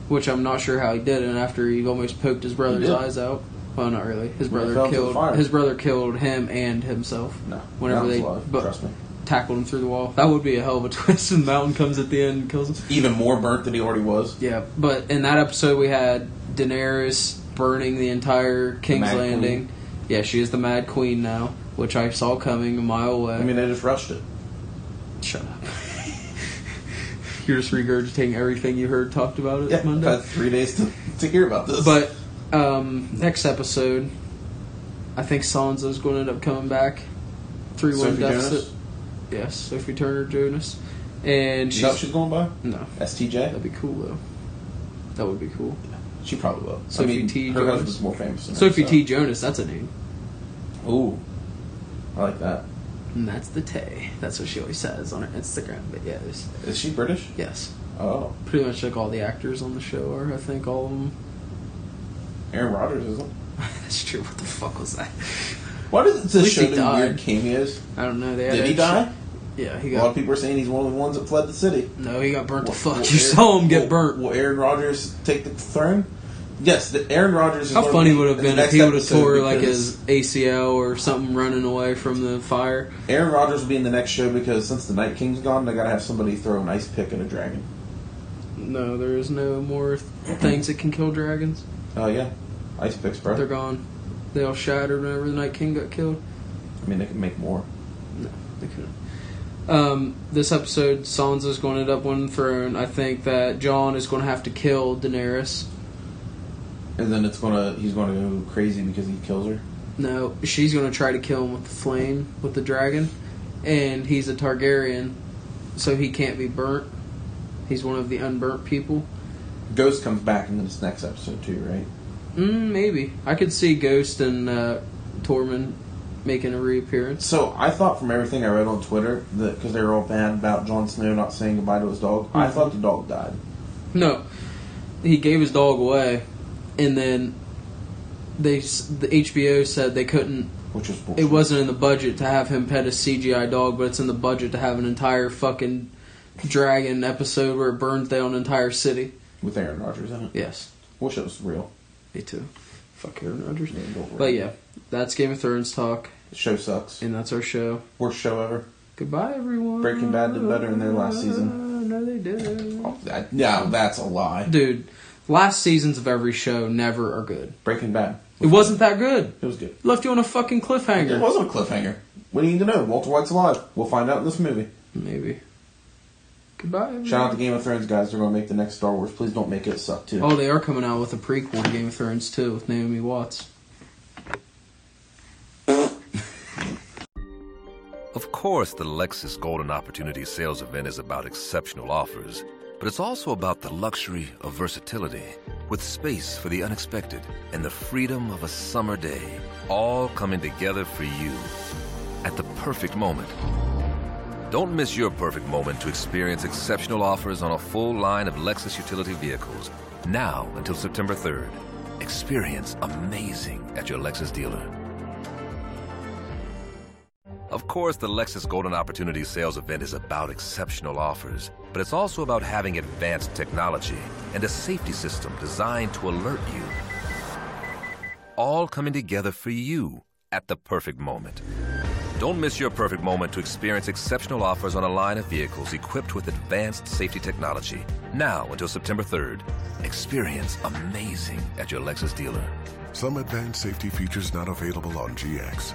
Speaker 4: which I'm not sure how he did. And after he almost poked his brother's
Speaker 3: did.
Speaker 4: eyes out. Well, not really. His
Speaker 3: When he
Speaker 4: brother
Speaker 3: fell into the fire.
Speaker 4: killed his brother killed him and himself.
Speaker 3: No,
Speaker 4: Whenever
Speaker 3: Mountain's
Speaker 4: they-
Speaker 3: alive,
Speaker 4: but-
Speaker 3: trust me,
Speaker 4: tackled him through the wall. That would be a hell of a twist. And Mountain comes at the end and kills him.
Speaker 3: even more burnt than he already was.
Speaker 4: Yeah, but in that episode we had Daenerys burning the entire King's
Speaker 3: Mad Queen.
Speaker 4: Landing. Yeah, she is the Mad Queen now, which I saw coming a mile away.
Speaker 3: I mean, they just rushed it.
Speaker 4: shut up. You're just regurgitating everything you heard talked about it
Speaker 3: Yeah,
Speaker 4: Monday.
Speaker 3: had three days to, to hear about this.
Speaker 4: But um, next episode, I think Sansa's going to end up coming back. Three one
Speaker 3: Sophie
Speaker 4: deficit.
Speaker 3: Jonas?
Speaker 4: Yes, Sophie Turner Jonas. and
Speaker 3: She's, you
Speaker 4: she's
Speaker 3: know what she's going by?
Speaker 4: no.
Speaker 3: STJ?
Speaker 4: That'd be cool though. That would be cool.
Speaker 3: She probably will. I
Speaker 4: Sophie
Speaker 3: mean,
Speaker 4: T.
Speaker 3: her
Speaker 4: Jones.
Speaker 3: husband's more famous than her,
Speaker 4: Sophie
Speaker 3: so.
Speaker 4: T. Jonas, that's a name.
Speaker 3: Ooh. I like that.
Speaker 4: And that's the Tay. That's what she always says on her Instagram. But yeah, there's-
Speaker 3: Is she British?
Speaker 4: yes,
Speaker 3: Oh.
Speaker 4: pretty much like all the actors on the show are. I think all of them.
Speaker 3: Aaron Rodgers isn't.
Speaker 4: that's true. What the fuck was that?
Speaker 3: Why does
Speaker 4: At
Speaker 3: this
Speaker 4: least
Speaker 3: show
Speaker 4: he
Speaker 3: do
Speaker 4: died.
Speaker 3: weird cameos?
Speaker 4: I don't know. They had
Speaker 3: Did he
Speaker 4: extra-
Speaker 3: die?
Speaker 4: Yeah, he
Speaker 3: A lot of
Speaker 4: got.
Speaker 3: people are saying he's one of the ones that fled the city.
Speaker 4: No, he got burnt
Speaker 3: Will-
Speaker 4: to fuck.
Speaker 3: will
Speaker 4: You
Speaker 3: Aaron-
Speaker 4: saw him get
Speaker 3: will-
Speaker 4: burnt.
Speaker 3: Will Aaron Rodgers take the throne? Yes, the Aaron Rodgers. Is
Speaker 4: How
Speaker 3: gonna
Speaker 4: funny
Speaker 3: be
Speaker 4: would it have
Speaker 3: in the
Speaker 4: been if
Speaker 3: next
Speaker 4: he would have
Speaker 3: episode
Speaker 4: tore like
Speaker 3: because
Speaker 4: his ACL or something running away from the fire?
Speaker 3: Aaron Rodgers will be in the next show because since the Night King's gone, they gotta have somebody throw an ice pick at a dragon.
Speaker 4: No, there is no more th- things that can kill dragons.
Speaker 3: Oh yeah, ice picks, bro.
Speaker 4: They're gone. They all shattered whenever the Night King got killed.
Speaker 3: I mean, they can make more.
Speaker 4: No, they couldn't. Um, this episode, Sansa's going to end up winning the throne. I think that John is going to have to kill Daenerys.
Speaker 3: And then it's gonna he's gonna go crazy because he kills her.
Speaker 4: No, she's going to try to kill him with the flame, with the dragon. And he's a Targaryen, so he can't be burnt. He's one of the unburnt people.
Speaker 3: Ghost comes back in this next episode too, right?
Speaker 4: Mm, maybe. I could see Ghost and uh, Tormund making a reappearance.
Speaker 3: So I thought from everything I read on Twitter that because they were all bad about Jon Snow not saying goodbye to his dog, I
Speaker 4: Mhm.
Speaker 3: thought the dog died.
Speaker 4: No, he gave his dog away, and then they s- the HBO said they couldn't.
Speaker 3: Which is bullshit.
Speaker 4: It wasn't in the budget to have him pet a CGI dog, but it's in the budget to have an entire fucking dragon episode where it burns down an entire city.
Speaker 3: with Aaron Rodgers in it.
Speaker 4: Yes,
Speaker 3: Wish it was real.
Speaker 4: me too. Fuck Aaron Rodgers.
Speaker 3: Yeah, don't worry.
Speaker 4: But yeah, that's Game of Thrones talk,
Speaker 3: The show sucks.
Speaker 4: and that's our show.
Speaker 3: Worst show ever.
Speaker 4: Goodbye, everyone.
Speaker 3: Breaking Bad did better in their last season.
Speaker 4: No, they did.
Speaker 3: Oh, that, no, that's a lie.
Speaker 4: Dude, last seasons of every show never are good.
Speaker 3: Breaking Bad.
Speaker 4: It wasn't that good.
Speaker 3: It was good.
Speaker 4: Left you on a fucking cliffhanger.
Speaker 3: It wasn't a cliffhanger. We need to know. Walter White's alive. We'll find out in this movie.
Speaker 4: Maybe. Goodbye. everyone.
Speaker 3: Shout out to Game of Thrones guys. They're gonna make the next Star Wars. Please don't make it suck too.
Speaker 4: Oh, they are coming out with a prequel to Game of Thrones too with Naomi Watts.
Speaker 1: Of course, the Lexus Golden Opportunity Sales Event is about exceptional offers, but it's also about the luxury of versatility, with space for the unexpected and the freedom of a summer day, all coming together for you at the perfect moment. Don't miss your perfect moment to experience exceptional offers on a full line of Lexus utility vehicles now until September 3rd. Experience amazing at your Lexus dealer. Of course, the Lexus Golden Opportunity Sales Event is about exceptional offers, but it's also about having advanced technology and a safety system designed to alert you. All coming together for you at the perfect moment. Don't miss your perfect moment to experience exceptional offers on a line of vehicles equipped with advanced safety technology now until September 3rd. Experience amazing at your Lexus dealer.
Speaker 2: Some advanced safety features not available on GX.